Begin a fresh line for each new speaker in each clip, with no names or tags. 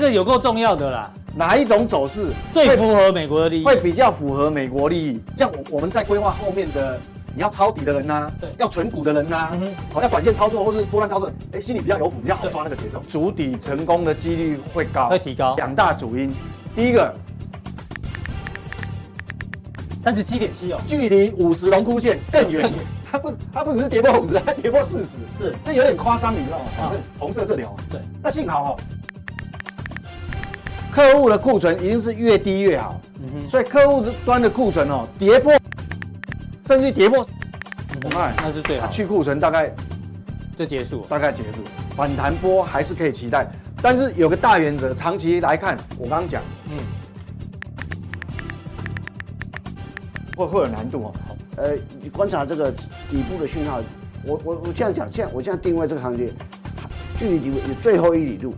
个有够重要的啦，
哪一种走势
最
会
符合美国的利益。
会比较符合美国利益？这样我我们在规划后面的。你要抄底的人呐、
对
要存股的人呐、
嗯哼
好、要短线操作或是波段操作，哎，心里比较有谱，比较好
对
抓那个节奏，主底成功的几率会高，
会提高
两大主因，第一个
三十七点七哦，
距离五十龙枯线更远， 它不它不只是跌破五十，它跌破四十，
是
这有点夸张，你知道吗？
啊
反正红色这条，
对，
那幸好哦，客户的库存一定是越低越好，
嗯哼，
所以客户端的库存哦跌破，甚至跌破，我看
那是最
它
好的，
去库存大概
就结束了。
大概结束，反弹波还是可以期待，但是有个大原则，长期来看，我刚刚讲
嗯，
会会有难度哦。
呃，你观察这个底部的讯号，我我我这样讲，现在我现在定位这个行业，距离底部有最后一里路，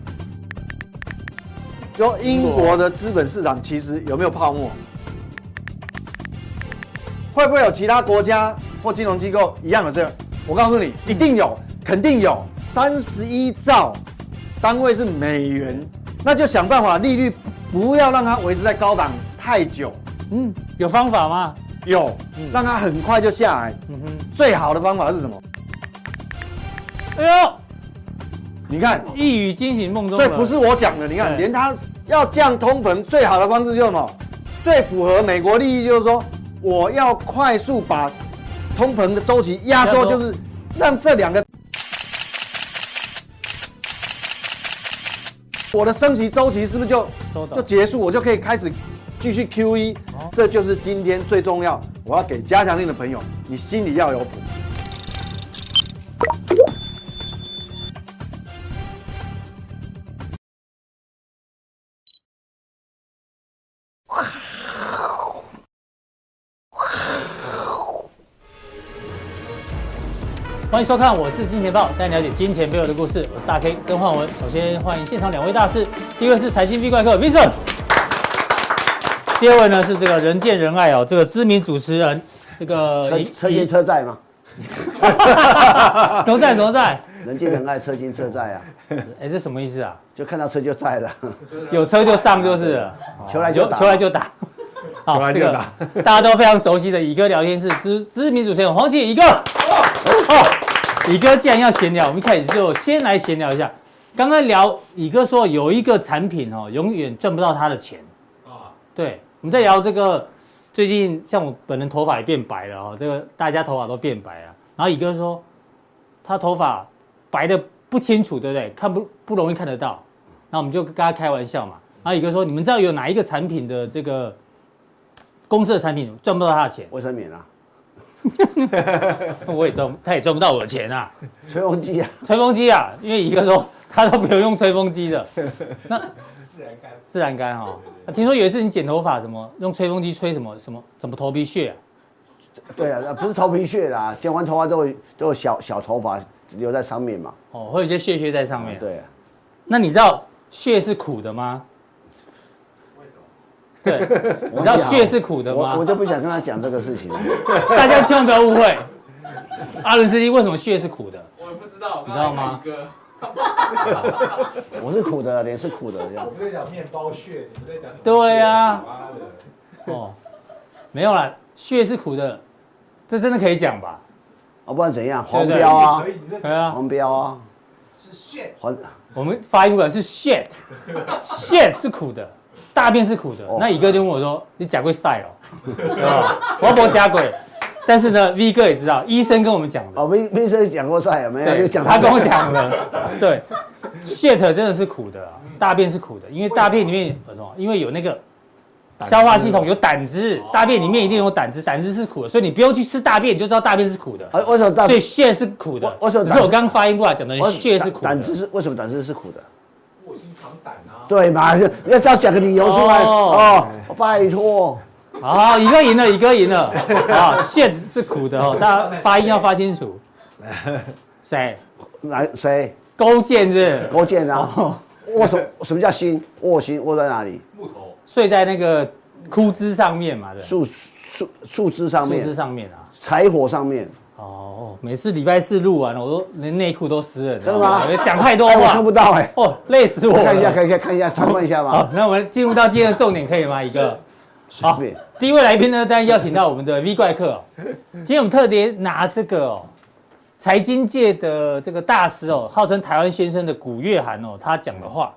就英国的资本市场其实有没有泡沫？会不会有其他国家或金融机构一样的这样？我告诉你，一定有，肯定有。三十一兆单位是美元，那就想办法利率不要让它维持在高档太久，
嗯，有方法吗？
有
嗯
让它很快就下来。
嗯哼，
最好的方法是什么？
哎
你看，
呦，一语惊醒梦中
所以
人，
不是我讲的，你看，
对
连他要降通膨，最好的方式就是什么？最符合美国利益就是说，我要快速把通膨的周期压
压
缩，
缩
就是让这两个我的升息周期是不是就
收到
就结束，我就可以开始继续 Q E？
哦
这就是今天最重要，我要给加强令的朋友，你心里要有谱。
欢迎收看，我是金钱豹，带你了解金钱背后的故事。我是大 K 曾焕文。首先欢迎现场两位大师，第一位是财经 V 怪客 Vincent，第二位呢是这个人见人爱哦，这个知名主持人，这个
车车金车债嘛，
什么在什么在？
人见人爱，车金车债啊，
哎，这什么意思啊？
就看到车就债了，
有车就上就是了，
球来就
有
打，
球来就打。
球来就
这个
打
大家都非常熟悉的乙哥聊天室知知名主持人黄启乙哥。哦，乙哥既然要闲聊，我们一开始就先来闲聊一下。刚刚聊乙哥说有一个产品哦，永远赚不到他的钱。对，我们在聊这个，最近像我本人头发也变白了哦，这个大家头发都变白了。然后乙哥说，他头发白的不清楚，对不对？看不不容易看得到。那我们就跟他开玩笑嘛。然后乙哥说，你们知道有哪一个产品的这个公司的产品赚不到他的钱？
卫生棉啊，
我也赚，他也赚不到我的钱啊。
吹风机啊，
吹风机啊，因为乙哥说他都不用用吹风机的，那自然干自然干哦。啊听说有一次你剪头发，什么用吹风机吹什么什么怎么头皮屑、啊？
对啊，不是头皮屑啦，剪完头发都会都有小小头发留在上面嘛，
哦，会有一些屑屑在上面。
对啊，
那你知道屑是苦的吗？对，你知道屑是苦的
我我
吗？
就不想跟他讲这个事情了，
大家千万不要误会，阿伦斯基为什么屑是苦的？
我也不知道，
你知道吗
一个
我是苦的，啊脸是苦的，这样
我们在讲面包屑，你们在讲什么屑
对啊
妈的，
哦，没有啦，屑是苦的，这真的可以讲吧？
哦，不然怎样，
对
黄
对
标啊
可，以，你这
对啊，
黄标啊，
是屑，
黄
我们发音不来是 shit，shit 是苦的，大便是苦的。
哦
那乙哥就问我说：“你假鬼晒哦，对吧我不假鬼。”但是呢，V 哥也知道，医生跟我们讲的，
哦，没没谁讲过赛有没有？
对，
就讲
他跟我
这个
讲的，对，shit 真的是苦的啊，大便是苦的，因为大便里面有什么？因为有那个消化系统有胆汁，大便里面一定有胆汁，胆汁是苦的，所以你不用去吃大便，你就知道大便是苦的。
哎，为什么胆
所以？shit 是苦的，
我我想
只是我刚刚发音不好讲的
为什么
，shit 是苦的。
胆汁是为什么胆汁是苦的？
卧薪尝胆啊，
对嘛？ 就要要讲个理由出来
哦
哦，拜托，
好，一个赢了，一个赢了。啊，线是苦的哦，大家发音要发清楚。谁？
来谁？
勾践是不是
郭建啊？
哦，
握什什么叫心？握心握在哪里？
木头，
睡在那个枯枝上面嘛，对不对，
树树树枝上
树枝
面，
上面啊。
柴火上面，
哦，每次礼拜四录完了，我都连内裤都湿了，你知道
真的吗
因为讲太多
哎我
话
看，不到哎，
哦，累死我了。
看一下，可以可 以看一下，参观一下
好
吗？，
那我们进入到今天的重点，可以吗？一个，好
是，
第一位来宾呢，当然邀请到我们的 V 怪客 哦。今天我们特别拿这个哦，财经界的这个大师哦，号称台湾先生的古月涵哦，他讲的话，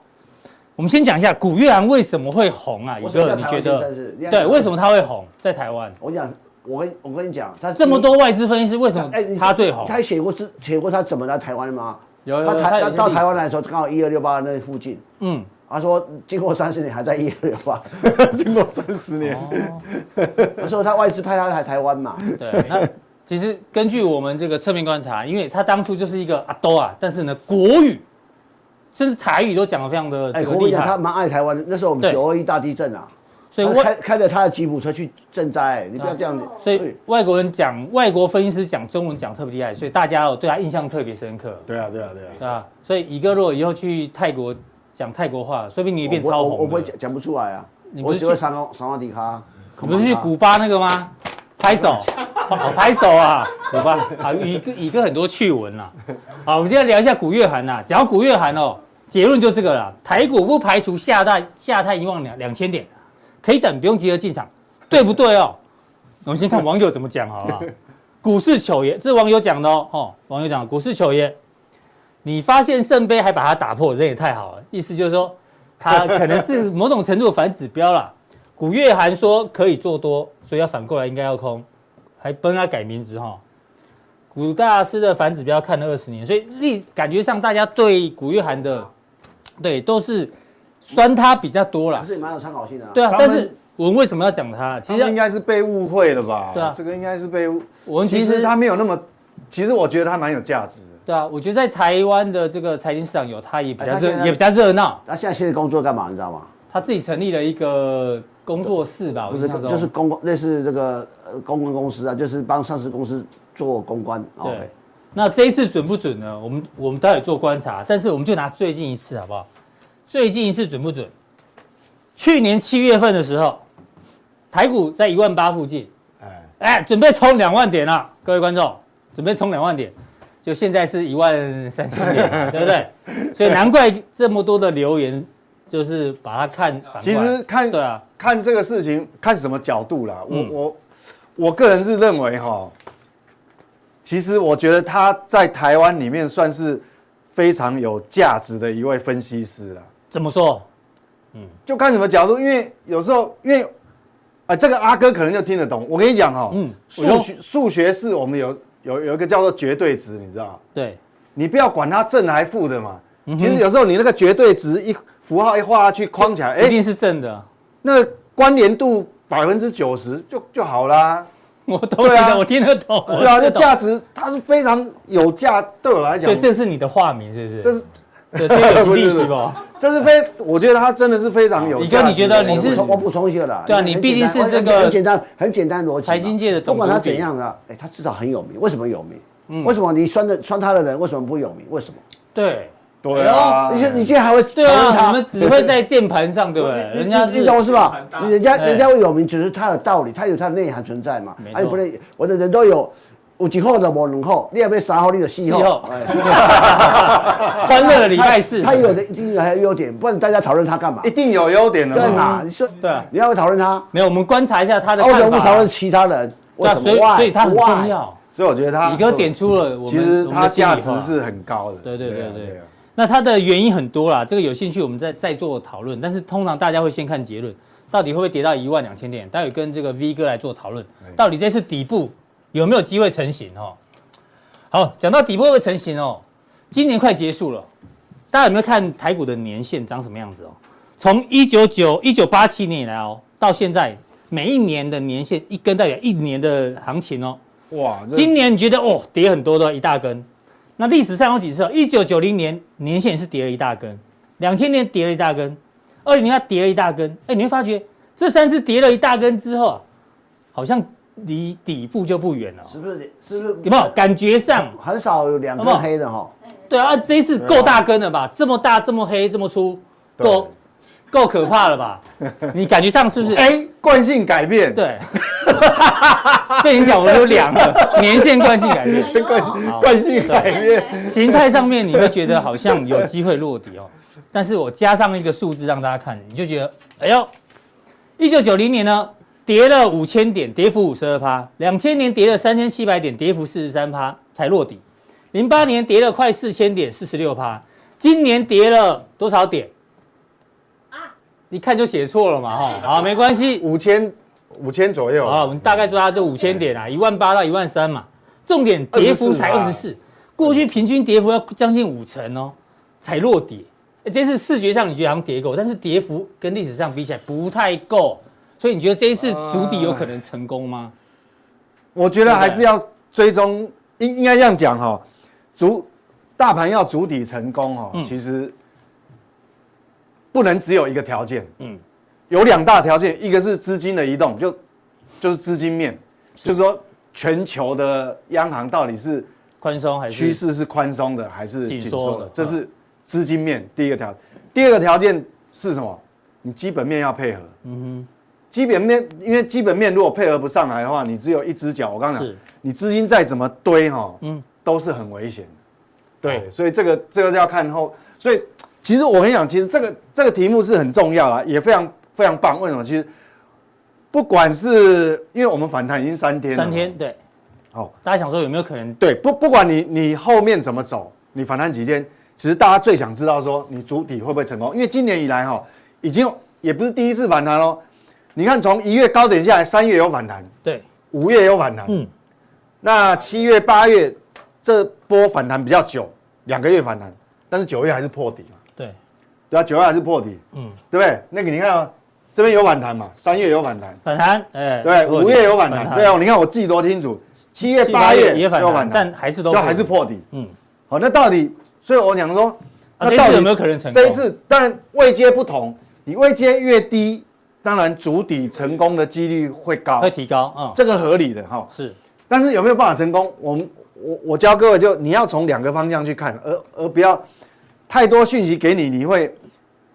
我们先讲一下古月涵为什么会红啊？一
我什么
个
叫
你
台
觉
湾先
得
生是你看
对，为什么他会红在台湾？
我讲，我跟我跟你讲，他
这么多外资分析师，为什么
哎你
他最红？呃
他写过是写过他怎么来台湾的吗？
有
他台他
有
到台湾
历史
来的时候，刚好一二六八那附近。
嗯，
他说，经过三十年还在一二六 八，
经过三十
哦
年，
那时候他外资派他来台湾嘛，
对，那其实根据我们这个侧面观察，因为他当初就是一个阿兜啊，但是呢，国语甚至台语都讲得非常的
哎，
这个
我跟
厉
你讲，他
害，
蛮爱台湾的。那时候我们
对
九二一大地震啊，
所以
他
外
开开着他的吉普车去赈灾，你不要这样子。
所以外国人讲外国分析师讲中文讲特别厉害，所以大家哦对他印象特别深刻，
对啊，对啊，对啊，
对吧？所以以哥如果以后去泰国讲泰国话，说不定你也变超
我我我
红
不会
的。
讲讲不出来啊
你，不
我
是
只会
去
三欧三万迪卡。
你不是去古巴那个吗？拍手，哦，拍手啊！古巴啊，一个一个很多趣闻啦、好，我们今天聊一下古月涵呐、讲到古月涵哦，结论就这个啦。台股不排除下探下探一万两两千点，可以等，不用急着进场，对不对哦？我们先看网友怎么讲好不 好？股市糗爷，这是网友讲的哦。哦，网友讲股市糗爷，你发现圣杯还把它打破，这也太好了。意思就是说，它可能是某种程度的反指标啦。古月涵说可以做多，所以要反过来应该要空，还帮他改名字哈。古大师的反指标看了二十年，所以历感觉上大家对古月涵的，对都是酸他比较多啦
还。是蛮有参考性的啊。
对啊，
他们
但是我们为什么要讲他？
其
其
实应
实
该是被误会了吧？
对啊
这个应该是被误。
我们
其
其
实
实
他没有那么，其实我觉得他蛮有价值的。
对啊，我觉得在台湾的这个财经市场有他也比
哎
较
他
热
现，在
也比较热闹。
他现在现在工作干嘛？你知道吗？
他自己成立了一个哦工作室吧，我
不是
印，象中
就是公关类似这个呃公关公司啊，就是帮上市公司做公关。哦哎
对
OK，。
那这一次准不准呢？我们我们待会做观察，但是我们就拿最近一次好不好？最近一次准不准？去年七月份的时候，台股在一万八附近，
哎，
哎，准备冲两万点了，各位观众，准备冲两万点，就现在是一万三千 点，对不对？所以难怪这么多的留言，就是把它看反过来。
其实看
对啊，
看这个事情看什么角度啦。我、
嗯
我我个人是认为哈，其实我觉得他在台湾里面算是非常有价值的一位分析师了。
怎么说？
就看什么角度，因为有时候因为啊、这个阿哥可能就听得懂。我跟你讲哈、
嗯
数学数学是我们有有有一个叫做绝对值，你知道。
对，
你不要管它正还负的嘛。
嗯
其实有时候你那个绝对值一符号一画下去框起来，哎、
一定是正的。啊
那个关联度百分之九十就就好啦。
我懂你
对
的，
啊
我听得懂。哦我
对啊，
听
这
得懂
价值它是非常有价，对我来
所
讲
以，这是你的化名是不是？
这
对，
是
这个有
不是
利
不是
息吧？
这是非，我觉得它真的是非常有
哦你
价值的。
哥你觉得你
我
是
补充我补充一个啦。
对啊
因为
你
很
毕竟
简单
是这
很
个
很简单很简单的逻辑嘛。
财经界的总嗯
不管他
主笔
怎样啊，哎，他至少很有名。为什么有名？为什么你酸的酸他的人为什么不有名？为什么？
对
对啊，
哎
你现你现在还会
对
讨论
啊，
他
你们只会在键盘上，对不对？
你
人家
你
是
你懂是吧
很？大
你人家
对
人家会有名，只是他有道理，他有他的内涵存在嘛
没。错
啊，你不能，我的人都有，有几后的无两后，你也被杀后，你有四
四
后哎
后。欢乐的礼拜四，哎
他有的一定还有优点，不然大家讨论他干嘛
一？定有优点的
对
嘛。
嘛？你说
对啊
你要不讨论他，
没有？我们观察一下他的
那为什么
看
不讨论
法。
其他人？为
对啊，
什么
所以
why？
所以他很
why？
重要。
所以我觉得它
李哥点出了我们
其实
我们
它
的心里
价值
话
是很高的。
对对对
啊
对
啊
那它的原因很多啦，这个有兴趣我们再再做讨论。但是通常大家会先看结论，到底会不会跌到一万两千点？待会跟这个 V 哥来做讨论，到底这次底部有没有机会成型哦？好，讲到底部会不会成型哦？今年快结束了，大家有没有看台股的年限长什么样子哦？从一九九一九八七年以来哦，到现在每一年的年限一根代表一年的行情哦。
哇，这
今年你觉得哦跌很多的一大根，那历史上有几次哦？一九九零年年线是跌了一大根，两千年跌了一大根，二零年它跌了一大根。哎，你会发觉这三次跌了一大根之后啊，好像离底部就不远了，
是不是？是不是？
有没有？感觉上？
很少有两
有没
个
有
黑的哈，
啊对啊，这一次够大根了吧？这么大，这么黑，这么粗，
对
够够可怕了吧？你感觉上是不是？
哎，惯性改 变，，
对， 被你讲我都凉了，年限惯性改
哎
变，
惯性惯性改 变，
形态上面你会觉得好像有机会落底哦，但是我加上一个数字让大家看，你就觉得，哎呦，一九九零年呢跌了五千点，跌幅五十二趴；两千年跌了三千七百点，跌幅四十三趴才落底；零八年跌了快四千点，四十六趴；今年跌了多少点？一看就写错了嘛哈，好，没关系，
五千五千左右，
啊，我们大概抓这五千点啊，一万八到一万三嘛。重点跌幅才二十四，过去平均跌幅要将近五成哦，才落底。诶这次视觉上你觉得好像跌够，但是跌幅跟历史上比起来不太够，所以你觉得这一次
啊
筑底有可能成功吗？
我觉得还是要追踪，应应该这样讲哈，足大盘要筑底成功哈，
嗯
其实不能只有一个条件，
嗯
嗯，有两大条件，一个是资金的移动，就就是资金面，就是说全球的央行到底是
宽松还
趋
是
势是宽松的还是紧
紧缩
缩
的
的，嗯这是资金面第一个条件，第二个条件是什么？你基本面要配合，嗯哼，基本面因为基本面如果配合不上来的话，你只有一只脚，我刚刚讲
是。
你资金再怎么堆哈，
嗯
嗯，都是很危险的。
对
哎所以这个这个要看后，所以其实我跟你讲，其实这个这个题目是很重要啦，也非常非常棒。为什么？其实不管是因为我们反弹已经三天了嘛，
三天？对，
哦，
大家想说有没有可能？
对，不不管你你后面怎么走，你反弹几天，其实大家最想知道说你主体会不会成功，因为今年以来哈，已经有也不是第一次反弹哦。你看从一月高点下来，三月有反弹，
对，
五月有反弹，
嗯，
那七月、八月这波反弹比较久，两个月反弹，但是九月还是破底嘛，
对，
对啊，九月还是破底，
嗯，
对不对？那个你看、啊，这边有反弹嘛，三月有反弹，
反弹，哎，
对，
落
五
底
月有反弹，对啊，你看我记多清楚，七月、
七
八月
也反
有
弹，但还是都
就还是，破底。
嗯，
好，那到底，所以我想说，
啊，
那
这
到
次
底
有没有可能成功？
这一次，当然位阶不同，你位阶越低，当然主底成功的几率会高
会，提高，嗯，
这个合理的哈。
是
但是有没有办法成功？我们我我教各位就你要从两个方向去看，而而不要太多讯息给你，你会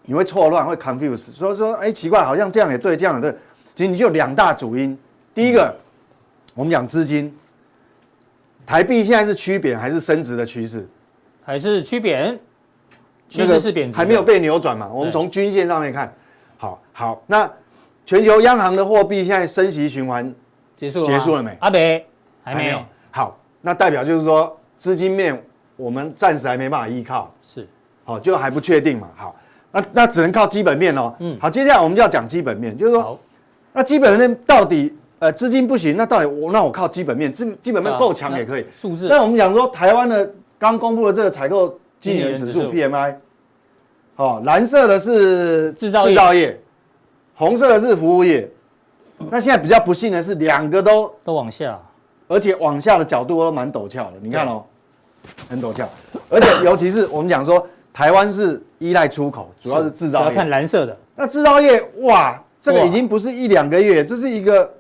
你会错乱，会 confuse。所以说，哎、奇怪，好像这样也对，这样也对。其实你就有两大主因，第一
嗯
个，我们讲资金，台币现在是趋贬还是升值的趋势？
还是趋贬，趋
那个
势是贬值的，
还没有被扭转嘛？我们
对
从均线上面看，好好，那全球央行的货币现在升息循环
结束了吗
结束了没
阿北还没有，。
好，那代表就是说资金面我们暂时还没办法依靠，
是
好，就还不确定嘛。好，那那只能靠基本面哦。
嗯
好，接下来我们就要讲基本面，就是说
好，
那基本面到底呃资金不行，那到底我那我靠基本面，基基本面
对啊
够强也可以
那。数字
那我们讲说台湾的刚公布的这个采购经理人指
经
数
理
PMI，哦，蓝色的是
制造业
业红色的是服务业。那现在比较不幸的是，两个都
都往下，
而且往下的角度都蛮陡峭的，你看哦，很陡峭。而 且尤其是我们讲说，台湾是依赖出口，主要是制
主要
造
看
业。
蓝色的，
那制造业哇，这个
哇
已经不是一两个月，这是一个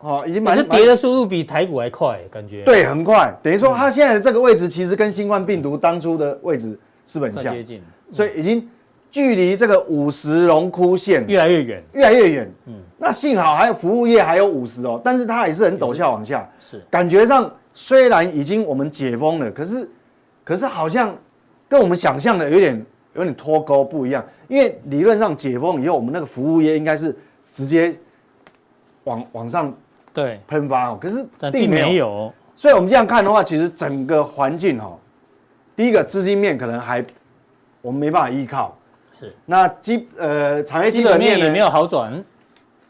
哦，已经
可
蛮
是跌嗯
蛮
的速度比台股还快，感觉
对，很快。等于说它现在的这个位置，其实跟新冠病毒当初的位置是很
快
像
接，近，
所以已经距离这个五十荣枯线
越来越远，
越来越远。
嗯
嗯，那幸好还有服务业还有五十哦，但是它还是很陡峭往下。
是
感觉上虽然已经我们解封了，可是可是好像跟我们想象的有点有点脱钩不一样。因为理论上解封以后，我们那个服务业应该是直接往往上
对，
喷发哦，可是
但并
并没有。
没有，
所以我们这样看的话，其实整个环境哦，第一个资金面可能还我们没办法依靠，
是
那基呃产业
基
基
本
本
面
面
也
呢
没有好转，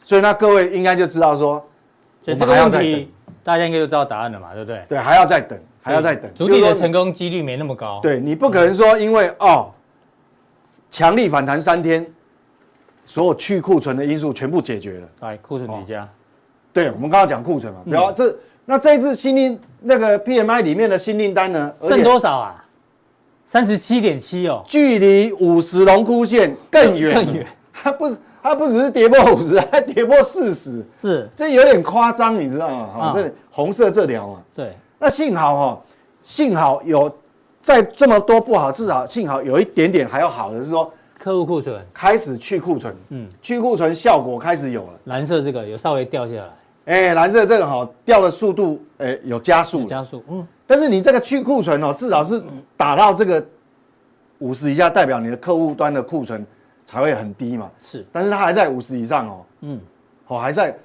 所以那各位应该就知道说，
所以
我们
这个
还要
问
再
题大家应该就知道答案了嘛，对不对？
对，还要再等，还要再等。
主体
就是
的
说
成功几率没那么高，，
对你不可能说因为哦，强力反弹三天，所有去库存的因素全部解决了。
来库存底
哦
价，
对，我们刚刚讲库
嗯
存嘛，不要、这那这一次新订那个 PMI 里面的新订单呢，而且
剩多少啊？三十七点七哦，
距离五十龙枯线更远，
更远，
它不它不只是跌破五十，还跌破四十，
是，
这有点夸张，你知道吗？
啊
好，这里红色这条嘛，
对，
那幸好哈、哦，幸好有在这么多不好，至少幸好有一点点还有好的是说，
客户库存，
开始去库存，
嗯，
去库存效果开始有了。
蓝色这个有稍微掉下来，
哎，蓝色这个哈掉的速度，哎有加速
有
了，
加速，嗯，
但是你这个去库存哦，至少是打到这个五十以下，代表你的客户端的库存才会很低嘛。
是，
但是它还在五十以上哦，
嗯，
哦还在，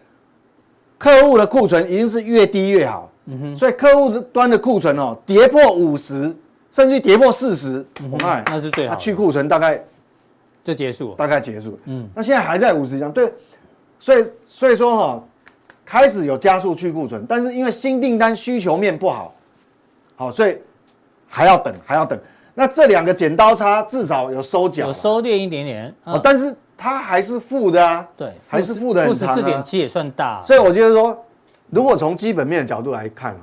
客户的库存一定是越低越好。
嗯哼，
所以客户端的库存哦，跌破五十，甚至跌破四十、我看
嗯那是最好
它
的
去库存大概
就结束了，
大概结束了。
嗯，
那现在还在五十以上，对，所以所以说哈、开始有加速去库存，但是因为新订单需求面不好，好，所以还要等，还要等。那这两个剪刀差至少有收脚
有
了，
收敛一点点，
哦
嗯，
但是它还是负的啊，
对，
还是负的很
负十
长
四
啊
点。七也算大，
所以我觉得说，如果从基本面的角度来看哦，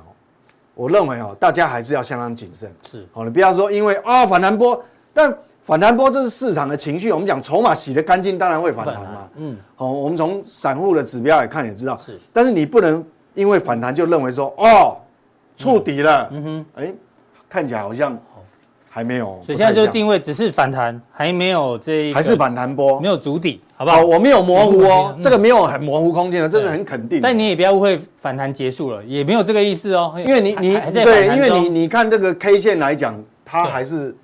我认为哦，大家还是要相当谨慎。哦
是
好，你不要说因为啊、反弹波，但反弹波这是市场的情绪。我们讲筹码洗得干净，当然会反弹嘛。
嗯，
好、我们从散户的指标也看也知道，
是。
但是你不能因为反弹就认为说哦，触底了，嗯哼，哎、看起来好像还没有，
所以现在就
不太像
定位只是反弹，还没有这一个
还是反弹波
没，有足底，好不好
好，？我没有模糊哦，
嗯
这个没有很模糊空间的，这是很肯定的。
但你也不要误会，反弹结束了也没有这个意思哦，
因为你
还
你
还在
对，
反弹
因为你
中
你看这个 K 线来讲，它
对
还是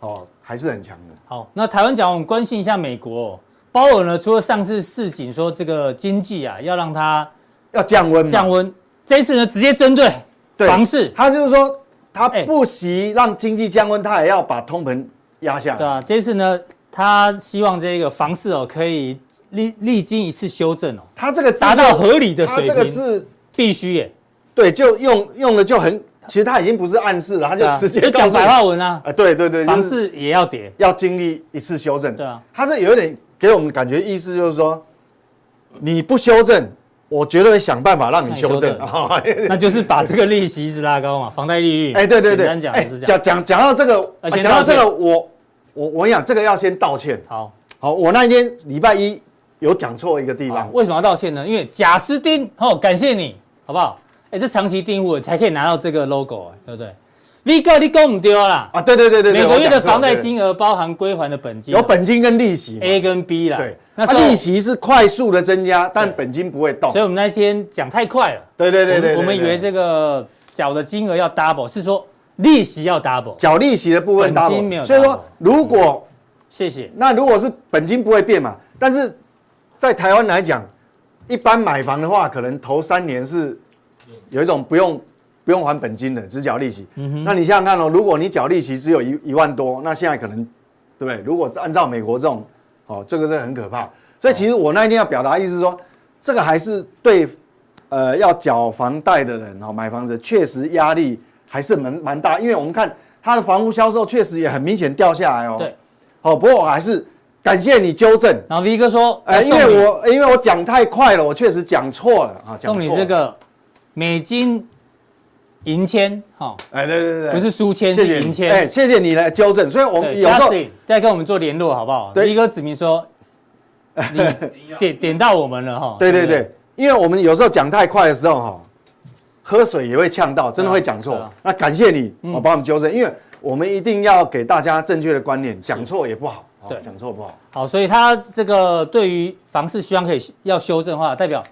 哦还是很强的。
好，那台湾讲，我们关心一下美国、哦。鲍尔呢，除了上次市井说这个经济啊要让它
要降温嘛，
降温，这一次呢直接针对
嗯对
房市，
他就是说，他
哎
不惜让经济降温，他也要把通膨压下
对
来。
啊，这一次呢他希望这个房市哦可以历历经一次修正哦，
他这个字
达到合理的
他
水
这个
平，
字
必须耶，
对，就用用的就很，其实他已经不是暗示了，他
对啊
就直接
就
告
讲
诉
白
你，
话文啊，
啊，对对对，
房
就是
市也要跌，
要经历一次修正。
对啊，
他这有点给我们感觉意思就是说，你不修正，我绝对会想办法让你
让你修
修正。
正
啊。
那就是把这个利息一直拉高嘛，房贷利率，
哎，对对
简
对，
单讲
哎
就是这样，
讲讲讲到这个，
啊
啊
先
讲到
道歉
这个，我我我跟你讲，这个要先道歉。
好。
好，我那一天礼拜一有讲错一个地
好
方，
为什么要道歉呢？因为贾斯汀，哦，感谢你，好不好？哎，这长期订户才可以拿到这个 logo，哎对不对？V 哥，你讲唔丢啦，
啊，对对对对，对
每个月的房贷
我讲错了
金额包含归还的本
对
金，啊
有本金跟利息嘛，
A 跟 B 啦，
对，
那
那
时候
利，息是快速的增加，但本金不会动
所以。我们那天讲太快了，
对哦对对对对，
我们我们以为
对
这个缴的金额要 double，是说利息要 double，
缴利息的部分
本
double，
金没有
所以
double
说如果
谢谢，
那如果是本金不会变嘛，但是在台湾来讲，一般买房的话，可能头三年是有一种不用不用还本金的，只缴利息。那你想想看哦，如果你缴利息只有一一万多，那现在可能对不对？如果按照美国这种，哦，这个是很可怕。所以其实我那一天要表达的意思是说，这个还是对，呃，要缴房贷的人哦，买房子确实压力还是蛮蛮大，因为我们看它的房屋销售确实也很明显掉下来哦。
对。
好、不过我还是感谢你纠正。
然后 V 哥说，
呃，
来
因
送你
为我因为我讲太快了，我确实讲错了啊，讲
送
错
你
了
这，个美金银签，哈，
哎，对对对，
不是书签，
谢谢
是
你
银签，
哎，谢谢你来纠正，所以我们
对
有时候
，Justin 再跟我们做联络好不好？
对
一哥指明 说，你点点到我们了哈。
对对
不
对，，因为我们有时候讲太快的时候哈，喝水也会呛到，真的会讲
对
错
啊。
那感谢你，我帮我们纠正，因为我们一定要给大家正确的观念，讲错也不好，哦
对
讲错不好。
好，所以他这个对于房市希望可以要修正的话，代表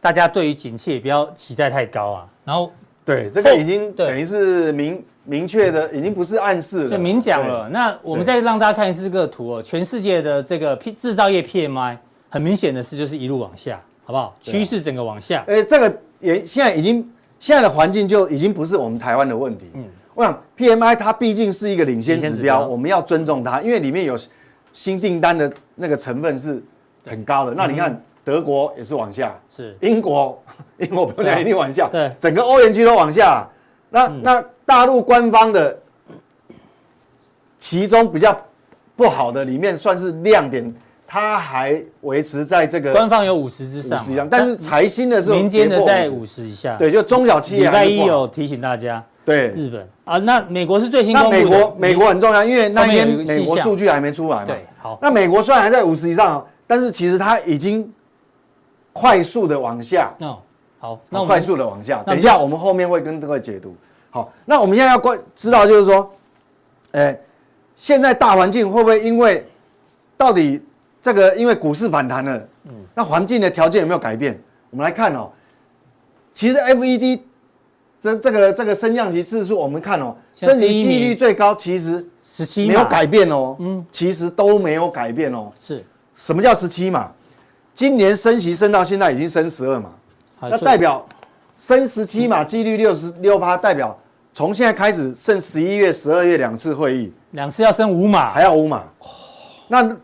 大家对于景气也不要期待太高啊。然后
对，这个已经
对
等于是明明确的，已经不是暗示
就
了，
明讲了，那我们再让大家看一次这个图哦，全世界的这个 P- 制造业 PMI，很明显的是就是一路往下，好不好？
啊
趋势整个往下，
对。哎，这个也现在已经现在的环境就已经不是我们台湾的问题。嗯，我想 P M I 它毕竟是一个领先
领先
指
指标
标，我们要尊重它，因为里面有新订单的那个成分是很高的。那你看德国也是往下，
是
英国， 英国不
对啊
能一定往下，
对
整个欧元区都往下。那、那大陆官方的，其中比较不好的里面算是亮点，它还维持在这个
官方有五十之上
呃五
嘛，
十以上，但是财新的时候
啊民间的在五
五，
十以下。
对，就中小企
礼
业
拜
还是
一
不好
有提醒大家，
对。
日本啊，那美国是最新公
那
布的。
美国美国很重要，因为那一天
后面有一个
美国
细项
数据还没出来嘛。
对好，
那美国虽然还在五十以上，但是其实它已经快速的往下。
那好，那
那
我
快
们
速的往下。
那我们
等一下，我们后面会跟各位解读。好，那我们现在要关知道就是说，哎、现在大环境会不会因为到底这个因为股市反弹了，
嗯
那环境的条件有没有改变？我们来看哦，其实 FED 这这个这个升降息次数，我们看哦，
像
升息
第一
几
名
率最高，其实
十七
没
嘛
有改变哦，
嗯
嗯，其实都没有改变哦。
是，
什么叫十七码？今年升息升到现在已经升十二码，
好
那
啊所以
代表升十七码几率六十六趴，代表从现在开始剩十一月、十二月两次会议，
两次要升五码，
还要五码。那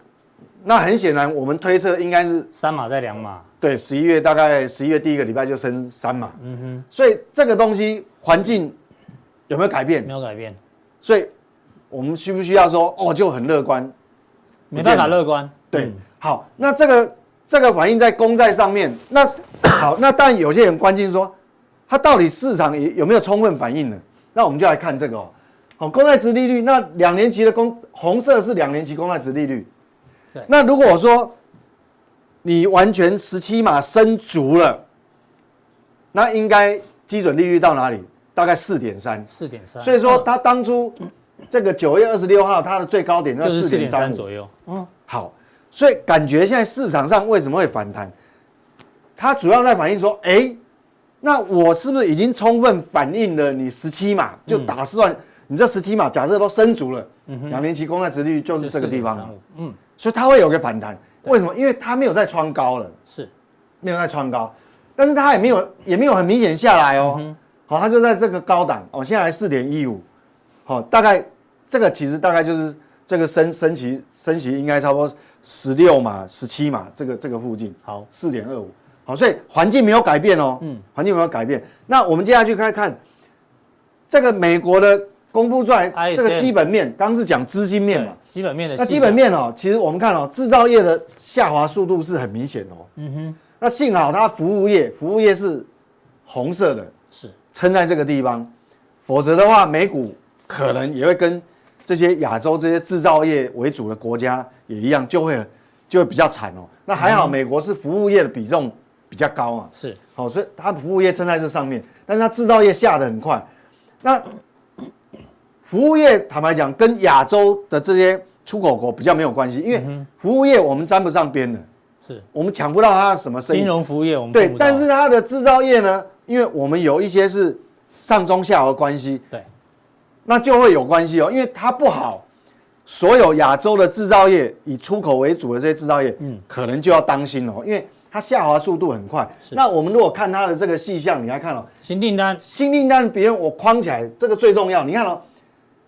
那很显然，我们推测应该是
三码再两码，
对十一月大概十一月第一个礼拜就升三码，
嗯哼，
所以这个东西环境有没有改变
没？有改变，
所以我们需不需要说哦就很乐观？
没办法
不见了
乐观，
对，
嗯
好，那这个这个反映在公债上面，那 好，那但有些人关心说，它到底市场有有没有充分反应呢？那我们就来看这个哦，好，公债值利率，那两年期的公红色是两年期公债值利率
对，
那如果我说你完全十七码升足了，那应该基准利率到哪里？大概四点三，
四点三，
所以说
嗯
它当初这个九月二十六号它的最高点
就
在
是
四
四
点
点
三
三
左右。
左右，嗯，
好，所以感觉现在市场上为什么会反弹？它主要在反映说，哎、那我是不是已经充分反映了你十七码？就打算你这十七码假设都升足了，两、年期公债值率嗯就是这个地方了，
4.35，嗯，
所以它会有个反弹。为什么？因为它没有再穿高了，
是
没有再穿高，但是它也没有也没有很明显下来哦。好，它就在这个高档哦，现在还四点一五，好，大概这个其实大概就是这个升升旗升旗应该差不多十六码、十七码这个这个附近，
好，
四点二五，好，所以环境没有改变哦，嗯，环境没有改变。那我们接下去看看这个美国的公布出来
ISM
这个基本面，刚是讲资金面嘛
对，基本面的
那
细项，
基本面哦，其实我们看哦，制造业的下滑速度是很明显哦，
嗯哼，
那幸好它服务业，服务业是红色的，
是
撑在这个地方，否则的话，美股可能也会跟这些亚洲这些制造业为主的国家也一样，就会就会比较惨哦。那还
嗯
好，美国是服务业的比重比较高啊嘛，
是
好、所以它服务业撑在这上面，但是它制造业下得很快。那服务业坦白讲，跟亚洲的这些出口国比较没有关系，因为服务业我们沾不上边的，
嗯是，
我们抢不到它什么生意。
金融服务业我们
对
碰，不到
但是它的制造业呢，因为我们有一些是上中下游关系，
对
那就会有关系哦，因为它不好，所有亚洲的制造业以出口为主的这些制造业，
嗯
嗯，可能就要当心哦，因为它下滑速度很快。那我们如果看它的这个细项，你来看哦，
新订单
新订单别人我框起来，这个最重要。你看哦，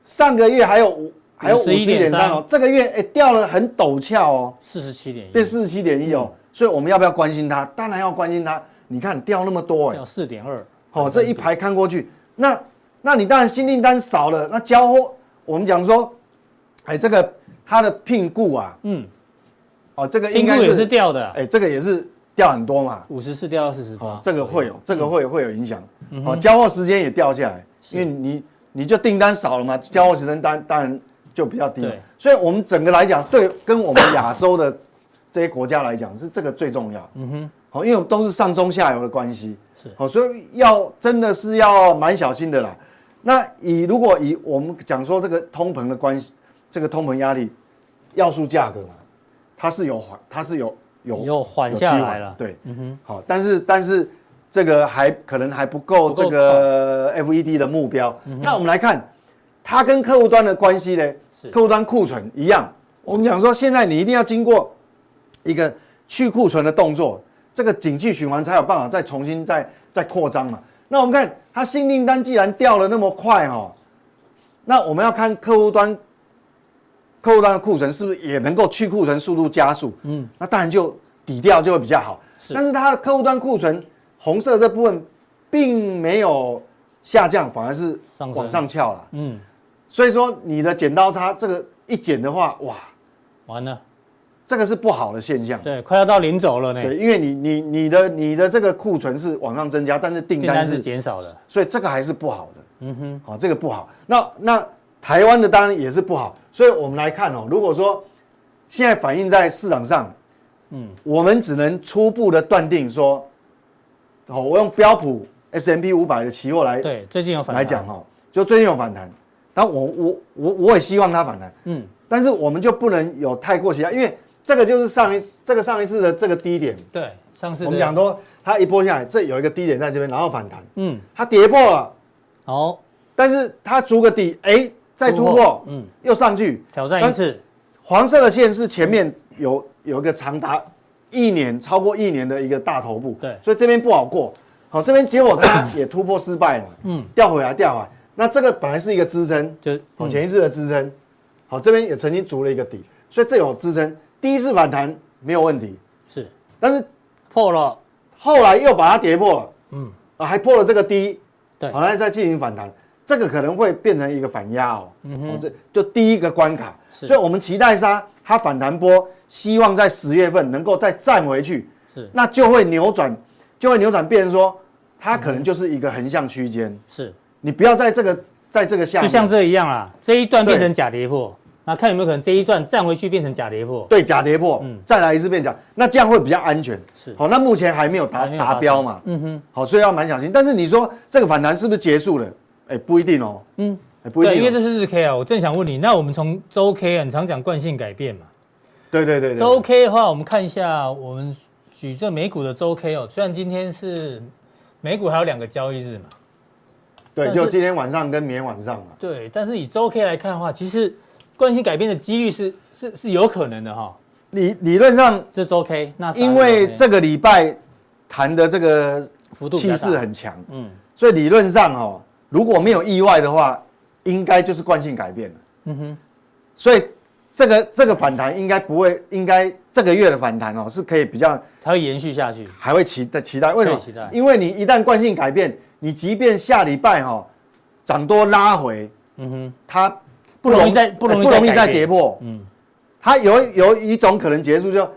上个月还有五还有五十一点三哦
51.3，
这个月哎掉了很陡峭哦，
四十七点一，
变四十七点一哦，所以我们要不要关心它？当然要关心它。你看掉那么多哎
要，四点二，
好、这一排看过去，那那你当然新订单少了，那交货我们讲说，哎，这个它的聘雇啊，
嗯，
哦，这个应
评
该
估也是
是，
掉的，
哎，这个也是掉很多嘛，
五十四掉到四十八，
哦这个会有，这个会有会有影响，
嗯
哦，交货时间也掉下来，因为你你就订单少了嘛，交货时间当当然就比较低
对，
所以我们整个来讲，对跟我们亚洲的这些国家来讲，是这个最重要，
嗯哼，
好，因为我们都是上中下游的关系，
是
好，所以要真的是要蛮小心的啦。那以如果以我们讲说这个通膨的关系，这个通膨压力，要素价格嘛，它是有缓，它是有有
又缓
哦有
下
趋
来了
对，
嗯哼，
好，但是但是这个还可能还不够
不够嗯
这个 FED 的目标。那我们来看它跟客户端的关系呢
是？
客户端库存一样，我们讲说现在你一定要经过一个去库存的动作，这个景气循环才有办法再重新再再扩张嘛。那我们看它新订单既然掉了那么快哈、哦，那我们要看客户端客户端的库存是不是也能够去库存速度加速？
嗯
嗯，那当然就底调就会比较好。
是
但是它的客户端库存红色这部分并没有下降，反而是
上升
往上翘了。
嗯，
所以说你的剪刀差这个一剪的话，哇，
完了，
这个是不好的现象。
对，快要到零轴了呢，
对，因为你你你的你的这个库存是往上增加，但是订
订
单
单
是
是减少的，
所以这个还是不好的。
嗯哼，
好、这个不好。那那台湾的当然也是不好，所以我们来看哦，如果说现在反映在市场上，
嗯
嗯，我们只能初步的断定说，哦，我用标普 S M P 五百的期货哎来
对，最近有反弹
来讲，哦，就最近有反弹，但我我我我也希望它反弹，
嗯，
但是我们就不能有太过期待，因为这个就是上一这个上一次的这个低点，
对，上次的
我们讲说它一波下来，这有一个低点在这边，然后反弹，
嗯，
它跌破了，
好，
但是它足个底，哎，再突破，
嗯，
又上去，
挑战一次，
黄色的线是前面有有一个长达一年超过一年的一个大头部，
对
所以这边不好过。好，这边结果它也突破失败了，
嗯
嗯，掉回来掉回来。那这个本来是一个支撑，
就
好，
嗯
前一次的支撑，好，这边也曾经足了一个底，所以这有支撑。第一次反弹没有问题，
是
但是
破了，
后来又把它跌破了，
嗯，
啊，还破了这个低，
对
好，那再进行反弹，这个可能会变成一个反压哦，
嗯哼
哦，这就第一个关卡，
是
所以我们期待它它反弹波，希望在十月份能够再站回去，
是
那就会扭转，就会扭转，变成说它可能
嗯
就是一个横向区间，
是，
你不要在这个在这个下
就
面，
像这一样啦，这一段变
对
成假跌破，那看有没有可能这一段站回去变成假跌破，
对假跌破，
嗯
再来一次变假，那这样会比较安全，
是
好，那目前还没有达
还没有发
达
生
标嘛，
嗯哼，
好，所以要蛮小心，但是你说这个反弹是不是结束了？哎，不一定哦，
嗯，
哎，不一定
对，
哦，
因为这是日 K 啊，我正想问你，那我们从周 K 啊，你常讲惯性改变嘛，
对对对对，
周 K 的话，我们看一下我们举这美股的周 K 哦，虽然今天是美股还有两个交易日嘛，
对，
嗯但是
就今天晚上跟明天晚上嘛。
对，但是以周 K 来看的话，其实惯性改变的几率是是是有可能的哈、
理理论上，
这周 K 那啥
因为
周 K
这个礼拜谈的这个
幅度比
气
较
势
大，
很强，
嗯
所以理论上哦，如果没有意外的话，应该就是惯性改变了。
嗯哼，
所以这个这个反弹应该不会，应该这个月的反弹哦是可以比较
它会延续下去，
还会期待期待，为什么
可以期待？
因为你一旦惯性改变，你即便下礼拜哈、哦、涨多拉回，
嗯哼，
它
不容易再不容易
不容易
再改
再
变
跌破，
嗯
它有有一种可能结束就，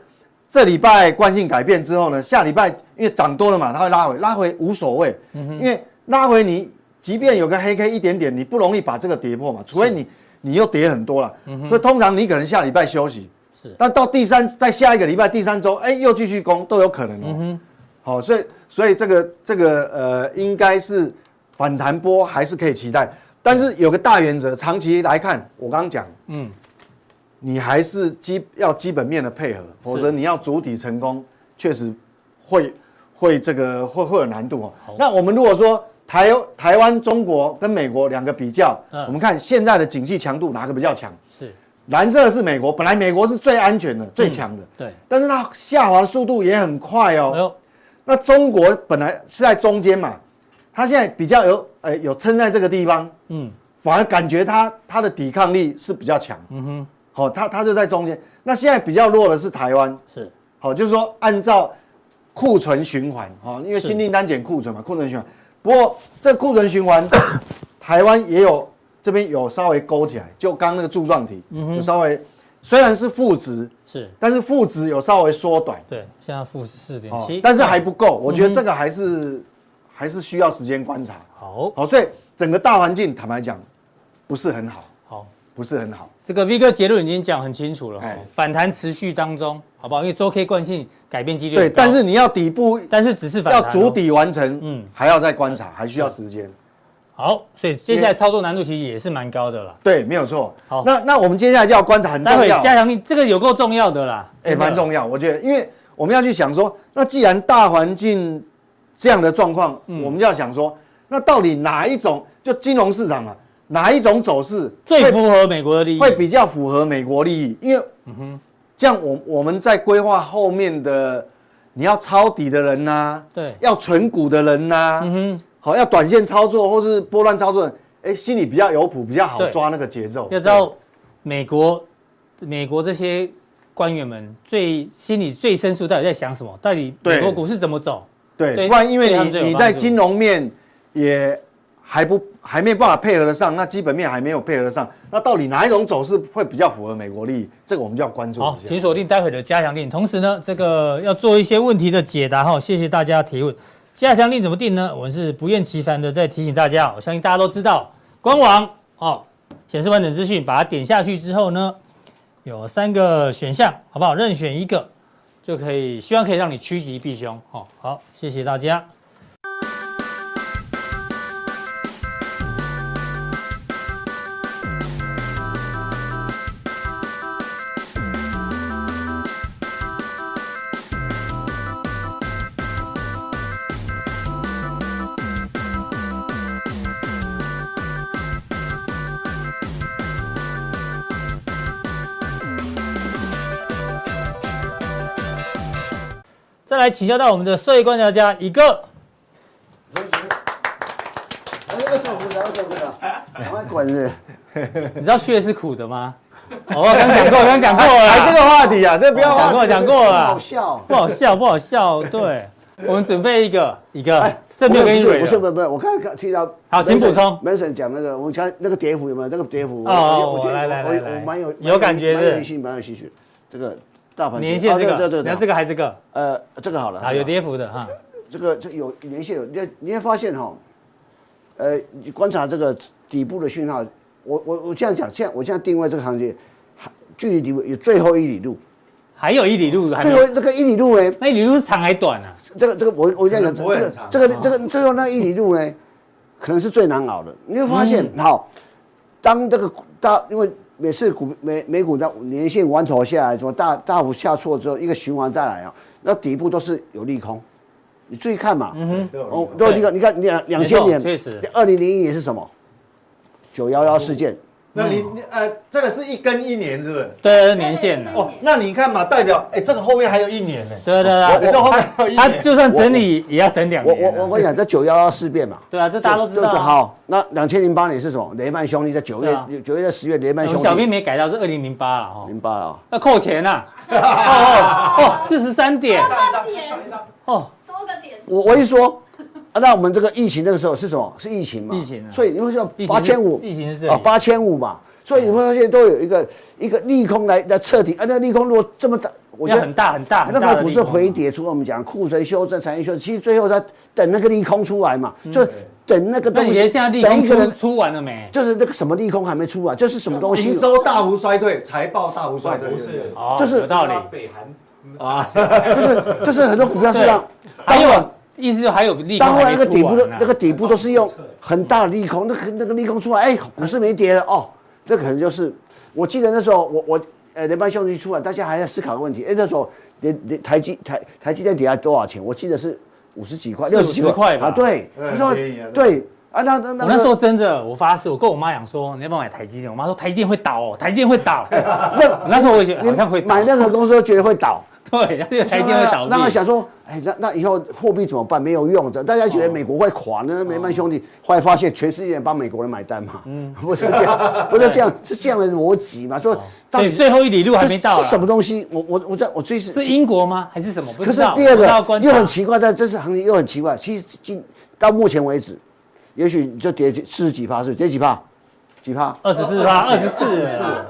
这礼拜惯性改变之后呢，下礼拜因为涨多了嘛，它会拉回，拉回无所谓，
嗯
因为拉回你即便有个黑 K 一点点，你不容易把这个跌破嘛，除非你你又跌很多了，所以通常你可能下礼拜休息，
嗯是
但到第三在下一个礼拜第三周，哎、又继续攻都有可能哦、
嗯哼，
好、所以所以这个这个呃，应该是反弹波还是可以期待，但是有个大原则，长期来看，我刚刚讲，
嗯
你还是基要基本面的配合，否则你要主体成功，确实会会这个会会有难度哦。那我们如果说台台湾、中国跟美国两个比较，
嗯
我们看现在的景气强度哪个比较强？
是
蓝色是美国，本来美国是最安全的、最强的，
对，
但是它下滑的速度也很快哦。
哎呦
那中国本来是在中间嘛，它现在比较有呃有撑在这个地方，
嗯
反而感觉它它的抵抗力是比较强。
嗯哼
好、它它就在中间。那现在比较弱的是台湾，
是
好、就是说按照库存循环，哦，因为
是
新订单减库存嘛，库存循环。不过这库存循环， 台湾也有这边有稍微勾起来，就刚那个柱状体，
嗯
有稍微虽然是负值，
是，
但是负值有稍微缩短，
对，现在负四点
哦
七，，
但是还不够，我
嗯
觉
哼
得这个还是、还是需要时间观察。
好
好、所以整个大环境坦白讲，不是很好，
好。
不是很好。
这个 V 哥结论已经讲很清楚了哈
哎，
反弹持续当中，好不好？因为周 K 惯性改变几率
对，
很高
但是你要底部
但是只是反弹
要
哦
筑底完成，
嗯
嗯，还要再观察，还需要时间。
好，所以接下来操作难度其实也是蛮高的啦。
对，没有错。
好
那那我们接下来就要观察很
待
重
会
要，
加强力这个有够重要的啦，
哎，蛮
要。
重要，我觉得，因为我们要去想说，那既然大环境这样的状况，
嗯
我们就要想说，那到底哪一种就金融市场啊，哪一种走势
最
会
符合美国的利益。
会比较符合美国利益？因为，这样我我们在规划后面的，你要抄底的人呐，
对，
要存股的人呐，
嗯
好，要短线操作或是波段操作，哎，心里比较有谱，比较好
对
抓那个节奏
哼，。要知道美国美国这些官员们最心里最深处到底在想什么？到底美
对
国股市怎么走？
对，
对
对不然因为
对他们最有
你你
帮
在
助
金融面也还不还没有办法配合得上，那基本面还没有配合得上，那到底哪一种走势会比较符合美国利益？这个我们就要关注
好，
一
请
下。
锁定待会的加强令。同时呢，这个要做一些问题的解答哈，谢谢大家提问。加强令怎么定呢？我们是不厌其烦的在提醒大家，我相信大家都知道，官网哦显示完整资讯，把它点下去之后呢，有三个选项，好不好？任选一个就可以，希望可以让你趋吉避凶哦。好，谢谢大家。再来请教到我们的社会观察家一个，
哎，二手鼓掌，二手鼓掌，赶快滚是！
你知道血是苦的吗？哦，我刚讲过，刚讲过了
哎，
啦，哦
这个话题啊，这不要
讲
话
过
题。
讲过了
好
啦，
笑。
不好笑，不好 笑。对，我们准备一个一个，这没有
不
跟你
是
蕊
不是
了。
不是不是，哎我刚才听到。
好请补充
门神讲那个，我们家那个跌幅有没有？那个跌幅，
哦哦
觉得
来来
我
来来
我蛮有
有感觉
蛮
是
有兴趣，蛮有兴趣。这个大盘
年限这
啊这
个，
这
你看这个
个
还这个
呃这个好了，
啊，有跌幅的哈。
这个这有年限有，你会你会发现哈，呃，你观察这个底部的讯号，我我我这样讲，现在我现在定位这个行情，还距离底部有最后一里路，
还有一里路还没
最
有，
后这个一里路呢，
那一里路是长还短啊？
这个这个我我这样讲，
可能不会
这
很
个
长
哦
这个这个最后那一里路呢，可能是最难熬的。你会发现，
嗯
好，当这个股大，因为每次股美美股在年线完头下来，什么大大幅下挫之后，一个循环再来啊，那底部都是有利空。你注意看嘛，
嗯
都有理由
哦，对，你看，你看两两
没错
千年，
确实
二零零一年是什么？九幺幺事件，
那你你呃，这个是一根一年是不是？
哼，对，年限的。
哦，那你看嘛，代表哎，这个后面还有一年呢。
对对
你
对
这
啊，
后面还有一
他
年。
就算整理也要等两
我
年啊。
我我跟你讲，这九幺幺事变嘛，
对啊，这大家都知
就
道
就
啊。
好，那两千零八年是什么？雷曼兄弟在九
对
月
啊，
九月在十月，雷曼
我
兄
们小
弟
编没改到是二零零八了哈，
零八啊。
要扣钱呐。 哦哦哦，四十三点
上一张上一张，
哦，
多个点。
我我一 说，啊，那我们这个疫情那个时候是什么？是疫情嘛？
疫情啊
所以你会说
疫情
八
是
千五
疫情是这
啊，
里。
八千五嘛。所以你会发现都有一个一个利空来来彻底啊，那个利空如果这么大，我觉
要
得
很大很大很
那
大
个
的
不
利
是
空啊
回跌，除了我们讲库存修正、产业修正，其实最后它等那个利空出来嘛，就等那个
嗯那
东
你
西。
觉得现在利
等
空
一个
出哎
人
出完了没？
就是那个什么利空还没出来，就是什么东西
营收大幅衰退，财报大幅衰退，
不是
哦，
就是
有道理。
北韩
啊，
就是很多股票是这样。
还有意思就还有利空
当
还
然
没
那个底
出完
部的
啊
那个底部都是用很大的利空，那个那个利空出来，哎，股市没跌了哦，这可能就是我记得那时候我我呃联邦兄弟出来，大家还在思考个问题，哎，那时候连连台积台台积电底下多少钱？我记得是五十几块，
四
六
五
十几
十块吧
啊，对，
嗯
你说
便宜啊
对啊，那那
我那时
个
候真的，我发誓，我跟我妈讲说，你要不要买台积电？我妈说台积电会倒哦，台积电会倒。哦 那那时候我也觉得
你
好像会倒
买，那个公司都觉得会倒，
对，那个台积电会倒
啊那他
闭。
想说，哎，那那以后货币怎么办？没有用的，大家觉得美国会垮
哦
呢，梅曼兄弟，后来发现全世界人帮美国人买单嘛，嗯， 不是这样，不是这样，是这样的逻辑嘛？说
哦所
到底
以最后一里路还没到
是
啊
是什么东西？我我我在我最是
是英国吗？还是什么？不
可
知
是
道。
第二
我要观
个
察
又很奇怪，在这次行情又很奇怪。其实今到目前为止，也许你就跌四十几趴，是不是跌几趴，几趴？
二十四趴，二十四，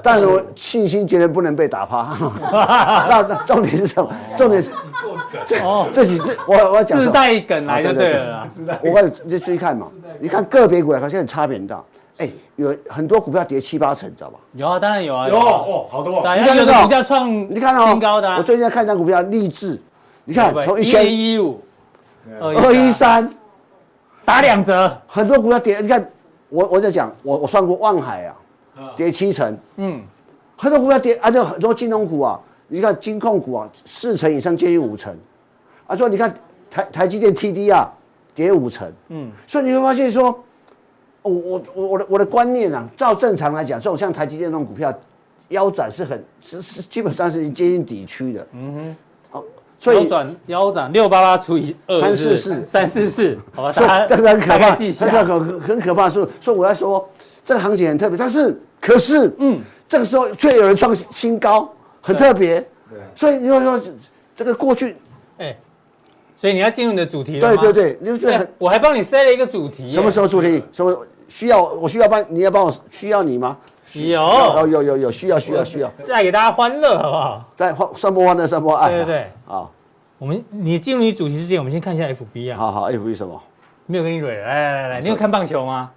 但是我信心绝对不能被打趴。 那那重点是什么？重点是
自己做梗，
哦，
这几只我我要讲什啊
自
么
带梗来就对了啦。
我告诉你，你注意看嘛，你看个别股来看，现在差别很大。哎，有很多股票跌七八成，你知道吧？
有啊，当然有啊，
有
啊。
哦，好多
对啊，
你看
有
得
的
到
股价创
你看哦，
新高的啊
我，最近在看一张股票，励志，你看从一
一
千
零一五，
二一三，
打两折，
很多股票跌，你看我我在讲，我我算过望海啊，跌七成，
嗯，
很多股票跌，啊，就很多金融股啊，你看金控股啊，四成以上接近五成，啊，说你看台台积电 TD 啊，跌五成，嗯，所以你会发现说，我我我我的我的观念啊，照正常来讲，这种像台积电那种股票，腰斩是很是是基本上是接近底区的，嗯哼，哦，所
腰
以
转腰斩六八八除以二，
344
三四四，好吧，
所以
大家
这个很可
大概
怕，
记啊一
这
下
个很很可怕。所以所以我要说，这个行情很特别，但是可是，嗯，这个时候却有人创新高，很特别。所以你会说，这个过去，
哎，所以你要进入你的主题了
对
吗
对，对，你就觉得
哎
很
我还帮你塞了一个主题耶，
什么时候主题？什么需要？我需要帮你要帮我需要你吗？
有
有有有需要需要需要，
带给大家欢乐，好不好？
再换散播欢乐，散播爱啊。
对对对
好，
我们你进入你主题之前，我们先看一下 FB 啊，
好好 F 为什么？
没有跟你蕊了，来来来来，你有看棒球吗？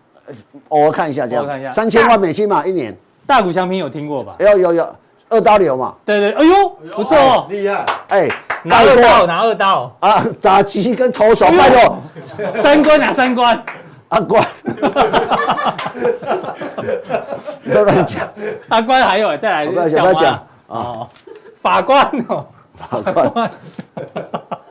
偶尔看一下这
偶尔看一下
样，三千万美金嘛，一年。
大谷翔平有听过吧？
哎呦有有二刀流嘛，
对对，哎呦，不错哦，
厉害，
哎，
拿
拜
二
托
刀，拿二刀，
啊，打击跟投手，
哎呦
拜托。
三关拿三 关，
阿关，不要乱讲，
阿啊关还有再
我不要
来讲
讲，不要
完
讲啊
了。哦，法官哦，
阿 关，啊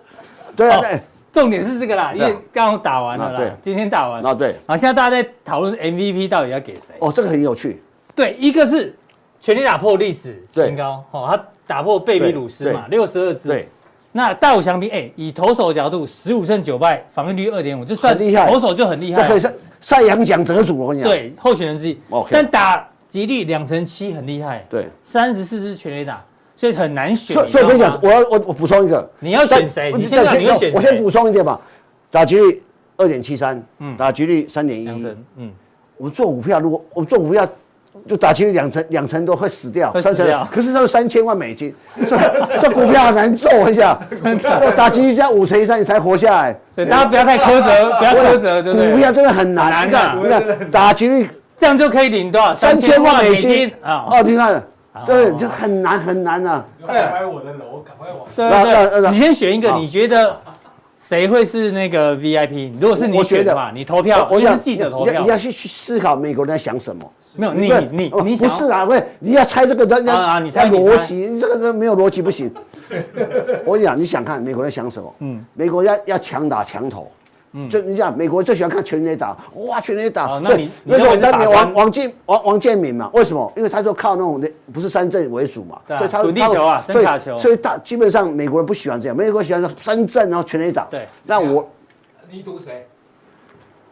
对啊，对，
重点是这个啦，因为
对啊
刚刚打完了
啊对
啦，今天打完，
那对，
好，现在大家在讨论 MVP 到底要给谁？
哦，这个很有趣，
对，一个是全力打破历史
对
新高，哦，他打破贝比鲁斯嘛，六十二支，
对，
那大五强兵，哎，以投手角度，十五胜九败，防御率二点五，这算
很厉害
投手就很厉
这
害
可
了。
以赛赛扬奖得主，我跟你讲。
对，候选人之一。
OK
但打吉利两成七很厉害，
对，
三十四支全垒打，所以很难选。
所以
你
所以我
知
跟你
道
讲，
吗
我要我我补充一个，
你要选谁？
但
你现在
但
你会选谁？
我先补充一点吧，打局率二点七三，
嗯
打局率三点一
两，成，嗯，
我们做股票，如果我们做股票，就打击率两成两成多会死掉，
会
三
死
成
掉
可是它有三千万美金，所以 这股票很难做一下。要打击率加五成以上，你才活下来。
所以大家不要太苛责， 不要苛责，对不
股
对
票？真的很难，
很
你
难啊
看，你看打击率
这样就可以领多少？
三千万美金
啊！
哦，你看，对，就很难很难啊。
赶快拍我的楼，赶快往
对
那那
对
那
对，
那
你先选一个，
好
你觉得谁会是那个 VIP？如果是你
我觉
选的
得
话，你投票，我也
想
是记者投
你要
票
你，要去去思考美国人在想什么。
没有
不
你
是
你
哦
你
不
想要
是啊？喂，你要猜这个人家
啊啊你猜
要
你猜
逻辑，你这个人没有逻辑 不行。我跟你讲，你想看美国人想什么？嗯，美国要要强打强投。嗯，就你讲，美国最喜欢看全垒打，哇，全垒打
哦。那
所以
你你
那时
认为
候我
是
在
法
美
官
王王建王王建民嘛，为什么？因为他说靠那种垒不是山镇为主嘛，
对啊
所以他
土地球啊
他所
深
以
卡球
所以大基本上美国人不喜欢这样，美国人喜欢山镇然后全垒打。
对，
那我
你赌谁？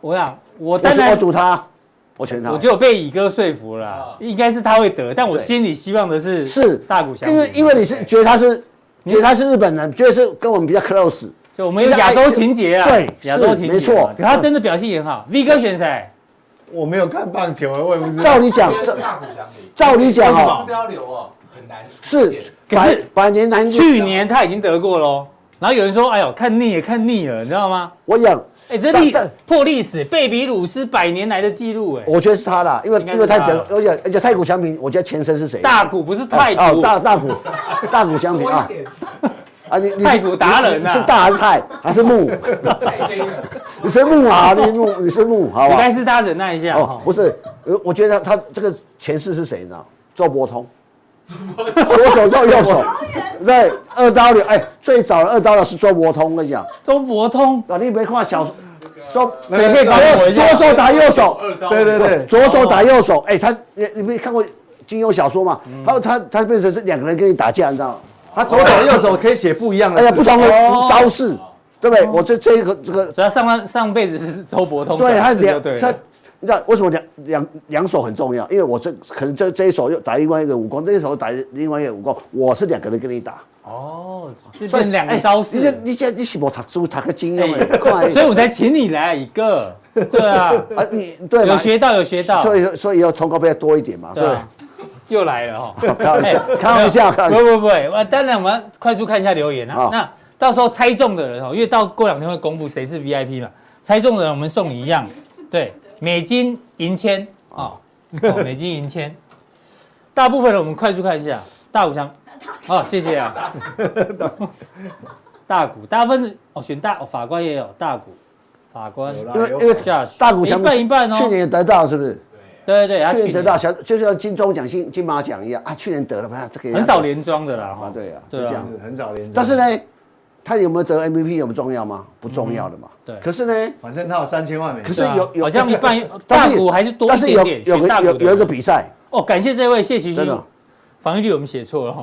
我想我
我
当
就我
然。
赌他，我选他。
我就被乙哥说服了啊
啊，
应该是他会得，但我
啊对
心里希望的是
是
大谷翔平，
因为因为你是觉得他是觉得他是日本人，觉得是跟我们比较 close，
就我们有亚洲情节啊，
哎对
亚洲情节嘛
是没错嗯
可他真的表现也很好。V 哥选谁？
我没有看棒球，我也不知道。
照理讲，
这
照
大鼓响起，
照理讲
为什
哈
双，标流哦，很难出
是
现。
可
百
是
百年难遇。
去年他已经得过喽，然后有人说，哎呦，看腻也看腻了，你知道吗？
我讲，
哎，这历
但但
破历史，贝比鲁斯百年来的记录，哎，
我觉得是他啦，因为
应该是
因为他
他
得，而且而且太古祥平，我觉得前身是谁？
大谷不是太
哦
谷，
大大古大古祥平
多一
啊
点，
啊你你
太古达人啊
你是大还是太还是木？
太悲了。
你是木啊，你木你是木，好
应该
吧？
是他忍耐一下
哦
哈，
不。是，呃我觉得他他这个前世是谁呢？周伯通。左手到右手，对，二刀流，哎，最早的二刀流是周伯通，我跟你讲，
周伯通，
老弟没看小说，周哎
谁可以帮我一
左
下？
手打右手，
二刀
对对对，
左手打右手，哎，他你你没看过金庸小说吗？然后他他变成是两个人跟你打架，你知道吗？
嗯他左手右手可以写不一样的
哎呀，
字，
不同的
哦
招式，对不
哦
对？我这这一个这个，
主要上半上辈子是周伯通，
对他
两
两
对
他
了，。
你知道为什么两两两手很重要？因为我这可能这这一手又打另外一个武功，那一手打另外一个武功，我是两个人跟你打，
哦，就
所以
变两个
哎
招
你这
式。
你现在你是无读书，读个经验的，
哎
快。
所以我才请你来啊一个，对啊，
啊，你 对嘛
有学到有学到，
所以所以要通告费要多一点嘛，
对
对不对
啊，又来了哈。
开玩笑
哎，
开玩笑，开玩
不
笑。
不不，我当然我们要快速看一下留言啊
好。
那到时候猜中的人哦，因为到过两天会公布谁是 VIP 嘛，猜中的人我们送你一样，对，美金银签啊， 哦美金银签。大部分人我们快速看一下，大五香，哦，谢谢 啊。大股，大部分哦选大，哦法官也有大股，法官
有啦
因为
有
因为
下去
大谷翔
哎一半一半哦。
去年也得到是不是？
对对对，他
去年
去
得
年
到小，就像金钟奖、金金马奖一样啊，去年得了吧？这个也
很少连庄的啦哈
啊，。对啊，
对啊
这
就这样
样。子很少连。
但是，呢，他有没有得 MVP 有没有重要吗？不重要的嘛。
嗯对
可是呢，
反正他有三千万美金。
可是
对啊
有有哎
好像一半大
但是
股还是多
但
一
是
点
有
点，
有
选大
个
股的嗯
有有一个
人
比赛，
哦，感谢这位谢徐
真
徐
的，
防御率我们写错了哈，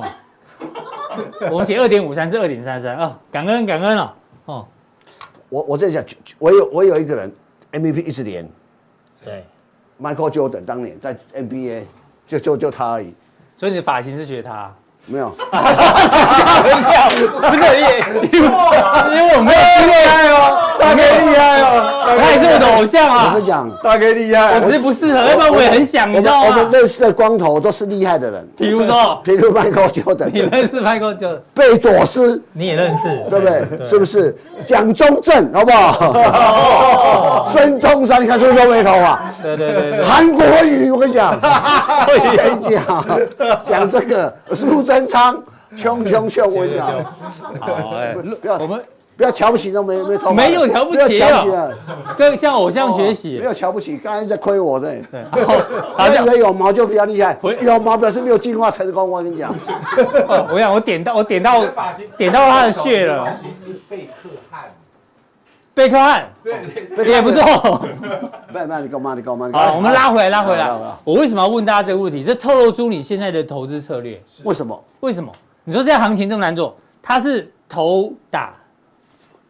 我们写二点五三是二点三三啊，感恩感恩哦，哦，
我我在讲，我有我有一个人 MVP 一直连
对，
Michael Jordan 当年在 NBA 就就就他而已，
所以你的发型是学他，
没有。
不是也，因为因为我没有经验，
害哦，大哥厉
啊
害哦，大哥
他也是我的偶像
我
啊
跟，你讲，
大哥厉害。
我只是不适合，要不然我也很想，你
我
知
们
道
我们
吗？
认识的光头都是厉害的人，
比如说
譬如 Michael
你
Jordan、
认识 Michael 就
贝佐斯，
你也认识，
对不对？ 是不是？蒋中正，好不
哦
好？孙中山，你看出都没头发。
对对对对，
韩国瑜，我跟你 讲，我跟你讲，讲这个苏贞昌，穷穷穷，我跟 你讲，
好哎，
不要
我们
不要瞧不起那没没头发的，
没有瞧不起啊
不要瞧不起啊
跟向偶像学
哦
习
没，有瞧不起，刚才在亏我这。
对， 好，好
他
这样
以为有毛就比较厉害
回，
有毛表示没有进化成功。我跟你讲，
哦 我想我点到我点到
这发型
点到他的穴了
发型是贝克汉，
贝克汉
对对对，
也不 错。
不要不要，你干嘛？你干嘛？你干啊嘛
好，我们拉回来，拉回来
好好好。
我为什么要问大家这个问题？这透露出你现在的投资策略，
为什么？
为什么？你说这样行情这么难做，它是头打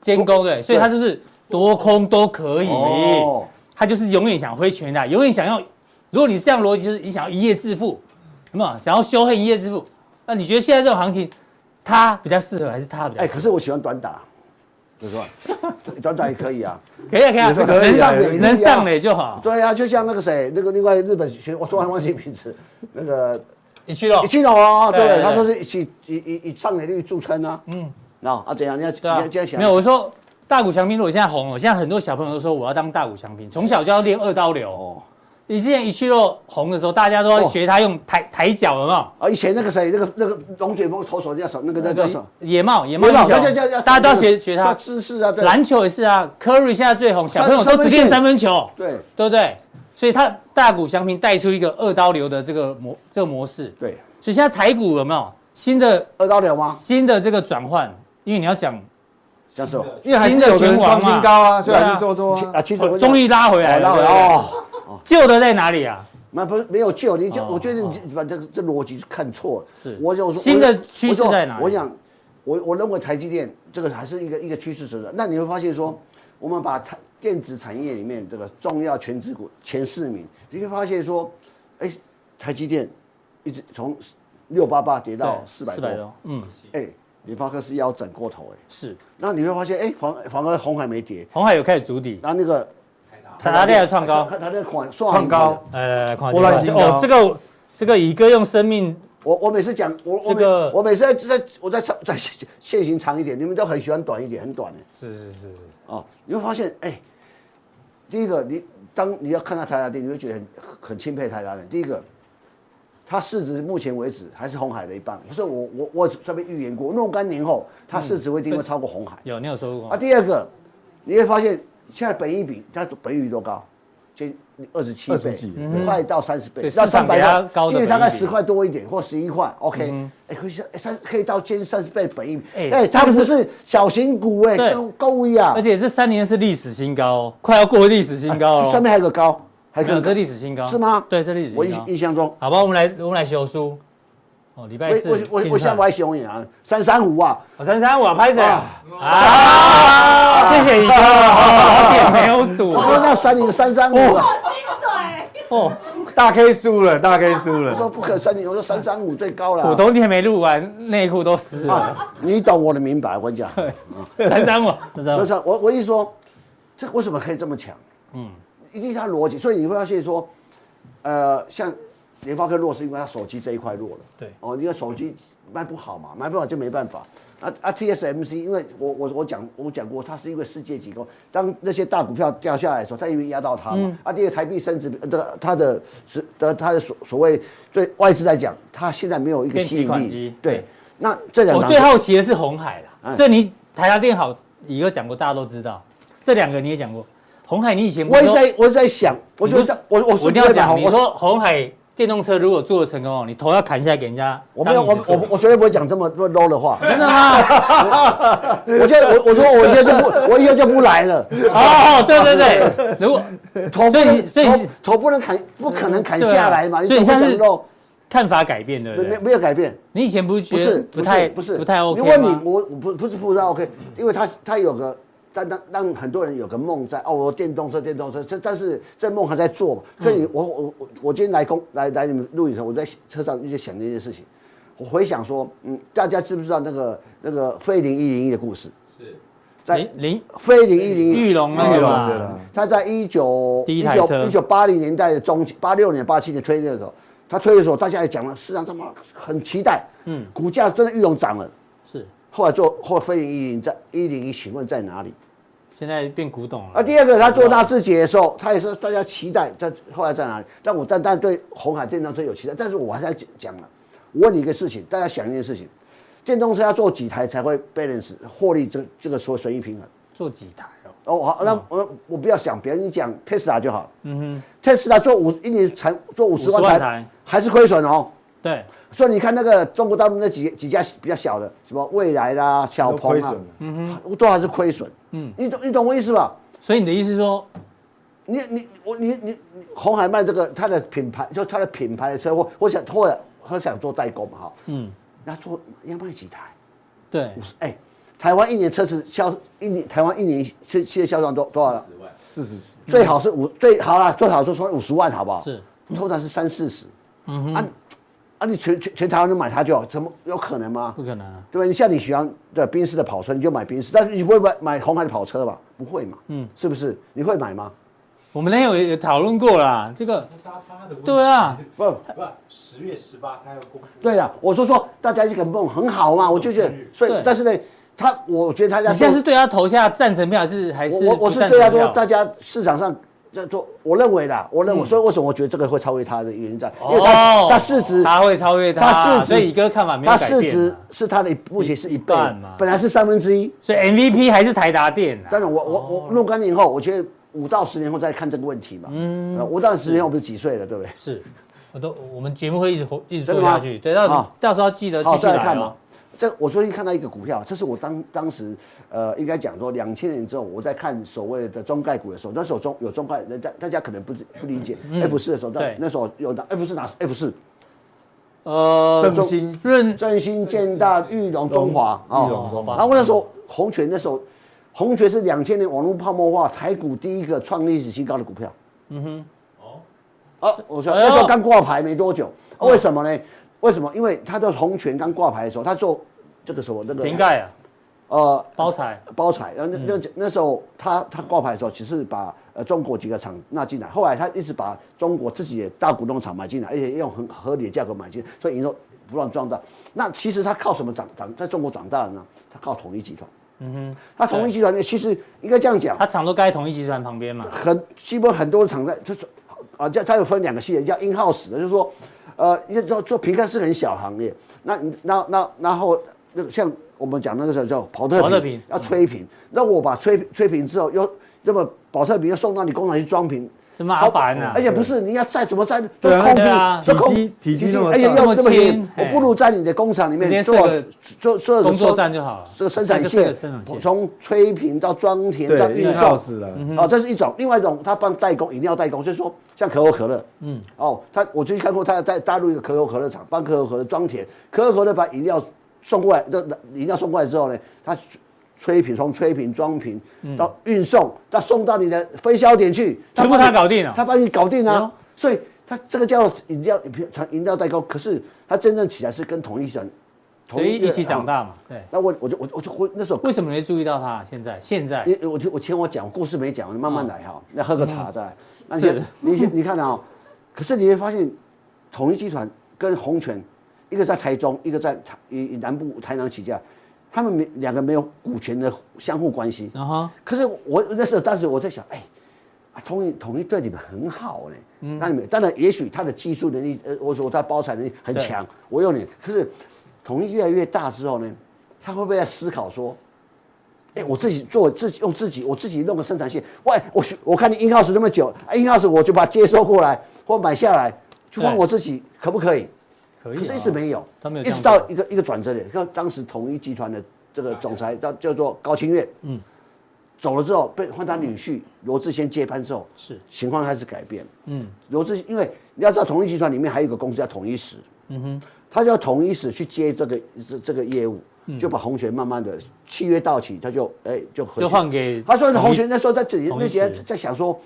监工，对，所以他就是多空都可以，
哦
他就是永远想挥拳打，永远想要。如果你是这样逻辑，就是你想要一夜致富，有没有？想要修恨一夜致富？那你觉得现在这种行情，他比较适合还是他比较
哎，
适合？
可是我喜欢短打，有时候短打也可以啊。
可以啊，可以啊，
也是可以啊
能上能上垒就好。
对啊，就像那个谁，那个另外日本学，我突然忘记名字，那个
你去了
一，去了哦，
对对
对，
对
他说是以以以以上垒率著称啊，嗯，那啊怎样？你要你
对啊
要这样，想，
没有，我说大谷翔平，如果现在红了，现在很多小朋友都说我要当大谷翔平，从小就要练二刀流。
哦
你之前一去了红的时候，大家都在学他用抬抬脚，有没有？
啊，以前那个谁，那个那个龙卷风投手叫什么？那个那叫什么？
呃野帽，野帽
大家
英
要
雄，
要
大家都要学学
要
他。
姿势啊，对，
篮球也是啊，Curry 现在最红，小朋友都只练三分球，
对
对不对？所以他大谷翔平带出一个二刀流的这个模这个模式，
对，
所以现在台股有没有新的
二刀流吗？
新的这个转换？因为你要讲
这样子哦
因为还是有人创新高啊，所以还是做多啊。
啊，其实我
哦终于拉回来
哎
了，
拉回
对不对
来哦。
旧的在哪里啊？
那不是没有救，你就、
哦
我觉得你把这个这逻辑看错了。
是
我有
新的趋势在哪里
我想，我我认为台积电这个还是一个一个趋势所在。那你会发现说，我们把台电子产业里面这个重要全职股前四名，你会发现说，哎，台积电一直从六八八跌到四百
四
多
百，多，嗯，
哎，联发科是腰斩过头哎，
是。
那你会发现哎，反反而红海没跌，
红海有开始筑底，
然后那个
台达电创高，
它它那个款
创高，
来来来，看
波浪新高
哦，这个这个乙哥用生命
我我每次讲我我
这个
每我每次在在我在在在现行长一点，你们都很喜欢短一点，很短的
是是是，
哦。你会发现，哎、第一个你当你要看到台达电，你会觉得很很钦佩台达电。第一个，它市值目前为止还是红海的一半，所以我我我这边预言过，若干年后它市值会一定会超过红海。
有你有收入
啊，第二个，你会发现现在本益比它本益比多高？接二十七
20几
倍，嗯快到三十倍
对，
到
市场
三百
给它高的
今年大
本
概
益比嗯
十块多一点或十一块，OK，哎，可以像哎三可以到接近三十倍本益比，
哎
哎，
它
它
不
不
是
是小型股
对
哎，都高呀
而，且这三年是历史新高哦，快要过历史新高
这啊上
了，
面还有个高，还有
没有
个
这历史新高
是吗
对，这历史
我
新
印
高。
印象中，
好吧，我们来我们来修书。哦，礼
我
拜四
我我我
清
下
算
我还熊眼啊，三三五啊，
哦三三五啊拍手啊！谢谢乙哥，
啊
好险没有赌
我说那三零三三五啊，
哦。
大 K 输了，大 K 输
我说
了。
不可三零，我说三三五最高了
股
啊，
东天没录完，内裤都湿了。
你懂我的明白，我跟你讲。
三三五，三三
不
五
是，我我一说，这为什么可以这么强？嗯，一定是它逻辑，所以你会发现说，呃，像联发科弱是因为它手机这一块弱了，
对
哦，因为手机卖不好嘛，卖不好就没办法。啊啊，TSMC，因为我我我讲我讲过，它是因为世界机构，当那些大股票掉下来的时候，它因为压到它嘛。啊，第二台币升值，呃的它的是的它的所所谓对外资来讲，它现在没有一个
变
吸
提
引
款机
力。对，那这两
我
档
最好奇的是红海啦，
哎
这你台达电好，乙哥讲过，大家都知道，这两个你也讲过。红海，你以前不
我
是
一直
说
在我一直在想，我就
你
想我我
我
是
一
不
定要
会买
讲，
红，
你
我
说红海电动车如果做的成功哦，你头要砍下来给人家
我
当
没有，
椅
我
子坐。
我我绝对不会讲这么这么 low 的话。
真的吗？
我就我我说我以后就不，我以后就不来了。
哦，对对对， 如果
头不
所以你
能
所以
头头不能砍，不可能砍
对啊
下来嘛。你
所以
怎
像
么讲
是
low？
看法改变，对不
没没
对？
没有改变，
你以前不是
不
觉
是
得不太
不是
不太 OK
因为你
吗？
我我不不是不太 OK，因为他他有个让让让很多人有个梦在哦，我电动车电动车，这但是这梦还在做嘛。可以，我我我我今天来公来来你们录影的时候，我在车上一直想这件事情，我回想说，嗯，大家知不知道那个那个飞零一零一的故事？
是
在
林林
飞零一零
玉龙啊，
玉龙
嘛
对了
他在一九
第一
一
台
九
车
一九八零年代的中期，八六年、八七年推的时候，他推的时候，大家也讲了，市场他妈很期待，
嗯
嗯，股价真的玉龙涨了。
是
后来做后来飞零一零在一零一，请问在哪里？
现在变古董
啊，
了。
第二个他做纳智捷的时候，他也是大家期待，在后来在哪里？但我单单对红海电动车有期待，但是我还是要讲讲了。我问你一个事情，大家想一件事情，电动车要做几台才会 balance 获利这这个所谓损益平衡？
做几台哦？
哦，好，那我我不要想别人，你讲 Tesla 就好。嗯哼，Tesla 做五一年产做五十万
50万
台，
台
还是亏损哦。
对，
所以你看那个中国大陆那几几家比较小的，什么蔚来啦、小
都亏
鹏啊
损了，
嗯哼，都还是亏损。嗯，你懂你懂我意思吧？
所以你的意思是说，
你你我你你你红海卖这个它的品牌，就它的品牌的车，或或想或者他想做代工嘛哈，
嗯，
那做要卖几台？
对
五，十哎，台湾一年车子销一年，台湾一年汽汽车销量多多少了？
十万，
四十几，
最好是五最好啦，最好是说五十万好不好？
是，
通常是三四十。嗯啊啊，你全全全台湾都买它就好，怎么有可能吗？
不可能啊。
对吧？你像你喜欢的宾士的跑车，你就买宾士，但是你不会买买红海的跑车吧？不会嘛？嗯，是不是？你会买吗？
我们那天有有讨论过啦，这个
那搭八的问题
对， 啊，
不，
不，十月十八他要公布，
对呀，我说说大家一起很梦很好嘛，我就觉得，所以
对
但是呢，他我觉得他在
你现在是对他投下赞成票还是还是
我我我
不
是
赞
对他啊
成
说
票，嗯
大家市场上在做，我认为啦，我认为，所以为什么我觉得这个会超越它的原因在，因为
哦
它它市值。
他会超越他，
他市值
所以乙哥看法没有
它
改
市
变
值
啊。
是它的一目前是一倍
一半嘛，哦
本来是三分之一。
所以 MVP 还是台达电啊
但是我我我若干年后，我觉得五到十年后再看这个问题嘛。嗯，五到十年后我们几岁了，对不对？
是，我都我们节目会一直活一直
真
做
的吗
下去，对，到
好
到时候记得继
好，
续
再来
来
看
哦
嘛。。这我最近看到一个股票，这是我当当时呃，应该讲说两千年之后，我在看所谓的中概股的时候，那时候中有中概，人家大家可能不知不理解 F 四的时候，
嗯
那
对
那时候有拿 F 四拿 F 四，嗯
呃，
正兴
润
振兴、建大、裕隆、中华啊
裕隆中华
然后那时候红泉那时候，红泉是两千年网络泡沫化台股第一个创历史新高的股票。
哦，
啊，我说
嗯哎呦哦
那时候刚挂牌没多久，啊为什么呢？为什么？因为他的红泉刚挂牌的时候，他做这个什么那个
瓶盖啊，
呃
包材
包材，然后那那那时候他他挂牌的时候，只是把呃中国几个厂纳进来，后来他一直把中国自己的大股东厂买进来，而且用很合理的价格买进，所以营收不断壮大。那其实他靠什么长长在中国长大的呢？他靠统一集团。嗯哼，他统一集团呢，其实应该这样讲，
它厂都盖在统一集团旁边嘛，
很基本很多厂在就是啊，这它有分两个系列，叫 in house 的，就是说，呃，因为做做瓶盖是很小行业，那你那那然后那个像我们讲那个时候叫跑特
跑
瓶，
特瓶嗯
要吹瓶，那我把吹吹瓶之后又那么保特瓶又送到你工厂去装瓶。
这麻烦呐
而。且不是你要载怎么载，都
对啊
空
对啊
地，都空
体积体积那么
而且
大
要
这
这
么
么
轻
轻，
嘿
我不如在你的工厂里
直接
面
设
做
个
做做
工作站就好了
这个生产
设个
线
设个生产线，
从吹瓶到装填到
对，
运
运
送
耗，死
嗯
了。
哦，这是一种，另外一种他帮代工，一定要代工，就是说像可口可乐，嗯，哦，他我最近看过他在大陆一个可口可乐厂帮可口可乐装填，可口可乐把饮料送过来，这饮料送过来之后呢，他吹瓶从吹瓶装瓶到运送，他送到你的分销点去，
嗯全部
帮
他
你
搞定了
他帮你搞定
哎呦
啊，所以他这个叫饮料厂饮料代工，可是他真正起来是跟同一厂，
所以一起长。
啊
大嘛，对。
那我我就我就我就会那时候
为什么你会注意到它？现在现在哦
你我听我听我讲，故事没讲，你慢慢来哈。那喝个茶再来。那
嗯是
你你你看啊、可是你会发现，统一集团跟红泉，一个在台中，一个在台以以南部台南起家，他们没两个没有股权的相互关系。
然后
可是我那时候当时我在想，哎、啊，统一统一对你们很好呢。那
嗯
你们当然，也许他的技术能力，呃，我说他包材能力很
对
强，我有你。可是统一越来越大之后呢，他会不会在思考说，哎、我自己做自己用自己，我自己弄个生产线，喂，我学我看你 in house 那么久啊，in house 我就把它接收过来或买下来，去换
对
我自己，可不可以？
可以啊，
可是一直没有，
他没有
一
这样
直
做
到一个一个转折点，像当时统一集团的这
嗯
个总裁叫叫做高清月，嗯，走了之后被换他女婿罗志先接班之后，
是
情况开始改变，嗯，罗志因为你要知道统一集团里面还有一个公司叫统一石，嗯哼，他叫统一石去接这个这这个业务。
嗯
就把红泉慢慢的契约到期，他就哎、就合
就
并
换给
他说
统一
红泉那时候在自己
统一
那些
石
在想说，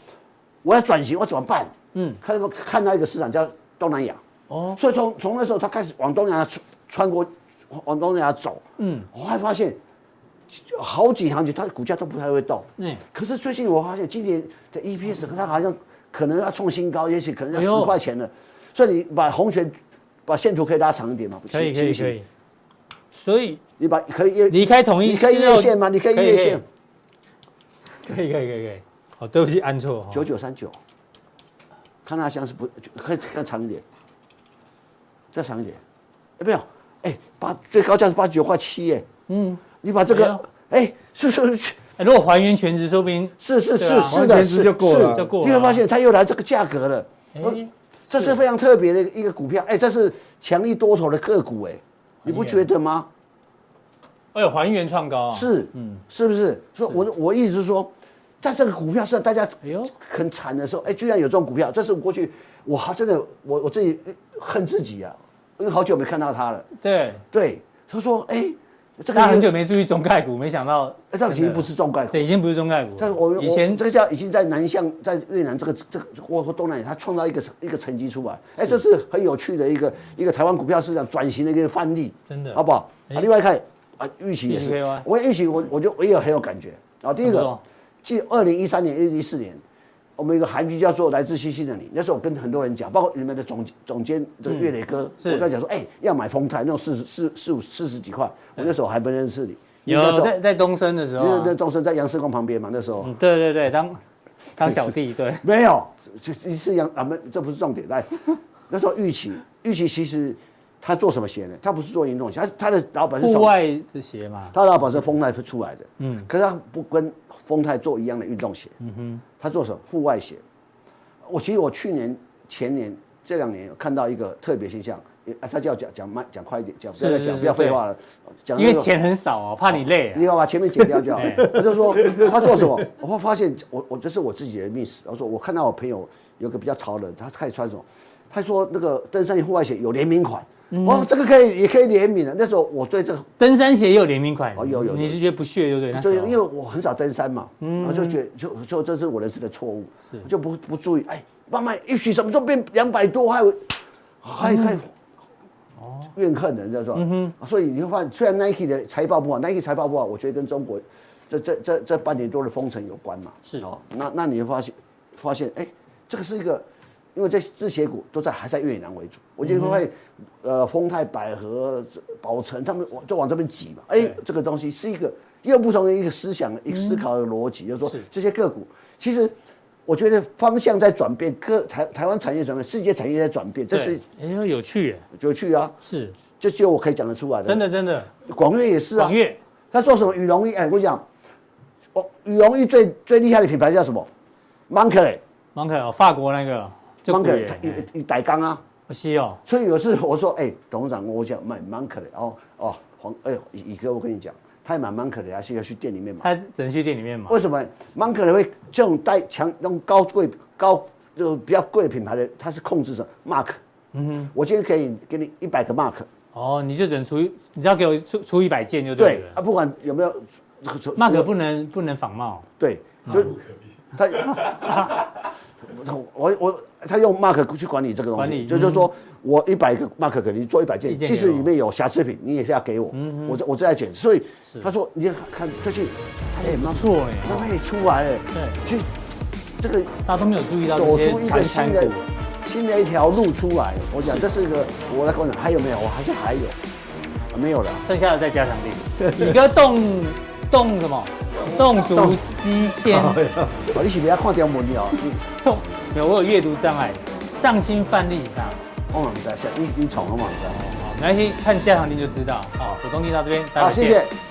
我要转型，我怎么办？
嗯
嗯，看到看到一个市场叫东南亚，
哦，
所以从从那时候他开始往东南亚穿穿过，往东南亚走，
嗯，
我还发现好几行情，它的股价都不太会动。
嗯
可是最近我发现今年的 EPS 它好像可能要创新高，也许可能要
哎呦
十块钱了。所以你把红权把线图可以拉长一点嘛？
可以可
行
以
不行
可以，所以
你把可以越
离开统一
你可以
之后
越线吗？你可以越线，
可以可以可以可以，哦，对不起，按错哈
九，九三九，看它像是不可以更长一点，再长一点，哎没有，哎八最高价是八十九块七耶。
嗯，
你把这
对啊
个，哎，是是是
哎如果还原全值，说不定
是是
对
是
啊
是
完
的，
全
是
是就够了
就够了
你会发现它又来这个价格了，
哎
呃这是非常特别的一个股票，哎，这是强力多头的个股，哎，你不觉得吗？
哎呦还原创高啊，
是，嗯，是不是？所以我的我意思是说，在这个股票上，大家
哎呦
很惨的时候，哎，居然有这种股票，这是我过去我还真的我我自己恨自己啊，因为好久没看到它了。
对，
对，他说，哎、这
大家
个
很
已
久
经
没注意中概股，没想到
哎这已经不是中概股，
对，已经不是中概股了。
但是我们
以前
我这个叫已经在南向，在越南这个这个或或东南亚，它创造一个一个成绩出来，哎，这是很有趣的一个一个台湾股票市场转型的一个范例，
真的
好不好？
哎
啊，另外看啊，预期也
预期
是
KY，
我也预期我我就我也很有感觉啊。第一
怎么
个
说，
继二零一三年、二零一四年，我们有一个韩剧叫做《来自星星的你》，那时候我跟很多人讲，包括你们的总总监这个岳磊哥，
嗯是
我跟他讲说，哎，要买丰泰，那种四十四四五四十几块，我那时候还不认识你，因为那时
有
候
在在东升的时候
因为
啊、
那东升在杨世光旁边嘛，那时候。
嗯对对对，当当小弟，对，
没有，这这一次杨啊，没，这不是重点。来， 那时候玉琪，玉琪其实他做什么鞋呢？他不是做运动鞋，他他的老板是
户
从
外的鞋嘛，
他老板是丰泰出来的，
嗯
嗯，可是他不跟丰泰做一样的运动鞋，嗯哼，他做什么户外鞋？我其实我去年、前年这两年有看到一个特别现象，也啊，他叫讲讲慢讲快一点，讲不要再
是是
讲
是
不要废话了，讲
因
那
为
个
钱很少啊，怕你累、啊
你。要把前面剪掉就好
哎。
我就说他做什么，我会发现我我这是我自己的 miss。我说我看到我朋友有个比较潮的人，他开始穿什么？他说那个登山户外鞋有联名款，哦，这个可以也可以联名的。那时候我对这个
登山鞋也有联名款，
哦有有有
你是觉得不屑，对不对？那
对，
时
因
候
为我很少登山嘛，然后就觉得就就这是我人生的错误，我就不不注意，哎，慢慢也许什么时候变两百多，还有哎还还怨恨人叫做，
嗯
啊所以你会发现，虽然 Nike 的财报不好，Nike 财报不好，我觉得跟中国这这这这半年多的封城有关嘛，
是
哦，那那你会发现发现，哎，这个是一个。因为这这些股都在还在越南为主，我就会，
嗯
呃，丰泰、百合、宝城他们往就往这边挤嘛。哎
对，嗯
这个东西是一个又不同的一个思想、一个思考的逻辑，就是说
是
这些个股，其实我觉得方向在转变，各台台湾产业转变，世界产业在转变，这是
对哎呦有趣耶，
有趣啊，
是
这只有我可以讲得出来的。
真，的真的。
广越也是啊
广，越
他做什么羽绒衣？哎，我跟你讲，哦，羽绒衣最最厉害的品牌叫什么？Moncler。
芒克哦，法国那个就贵
Moncler，
耶
它
哎
一一代钢啊，
不稀哦，
所以有次我说，哎、董事长，我想买 Moncler，哦哦，黄，哎呦，乙乙哥，我跟你讲，他买 Moncler 还是要去店里面买。
他只能去店里面买。
为什么 m o n k e 会这种带强、那种高贵、高就比较贵的品牌的，它是控制着 mark。嗯哼，我今天可以给你一百个 mark，
哦，你就只能出，你只要给我出出一百件就对
对
了。
啊，不管有没有，
马可不嗯能不能仿冒，
对，就他，我我他用 mark 去管理这个东
管理嗯
西，就就是说我一百个 mark 给你做一百
一
件，
件
即使
给我嗯
里面有瑕疵品，你也是要给我，我这我这在检，所以
是
他说你看看最近他也
不
蛮
错哎
慢慢也出来了，
对
其实这个
大家都没有注意到这
走
些
出一
传
个
产
新的
股。
新的一条路出来。我讲这是一个，我来跟你讲，还有没有？我还是还有，啊没有了。
剩下的再加强力。你哥动动什么？动足肌纤
哦，你是不要看掉门了？你
动，没有，我有阅读障碍，上心范例以上。
我嘛不知道，你你闯了嘛不知道。
好，没关系，看加强力就知道。好，浦东地到这边，待
好，
会
谢
见
谢。。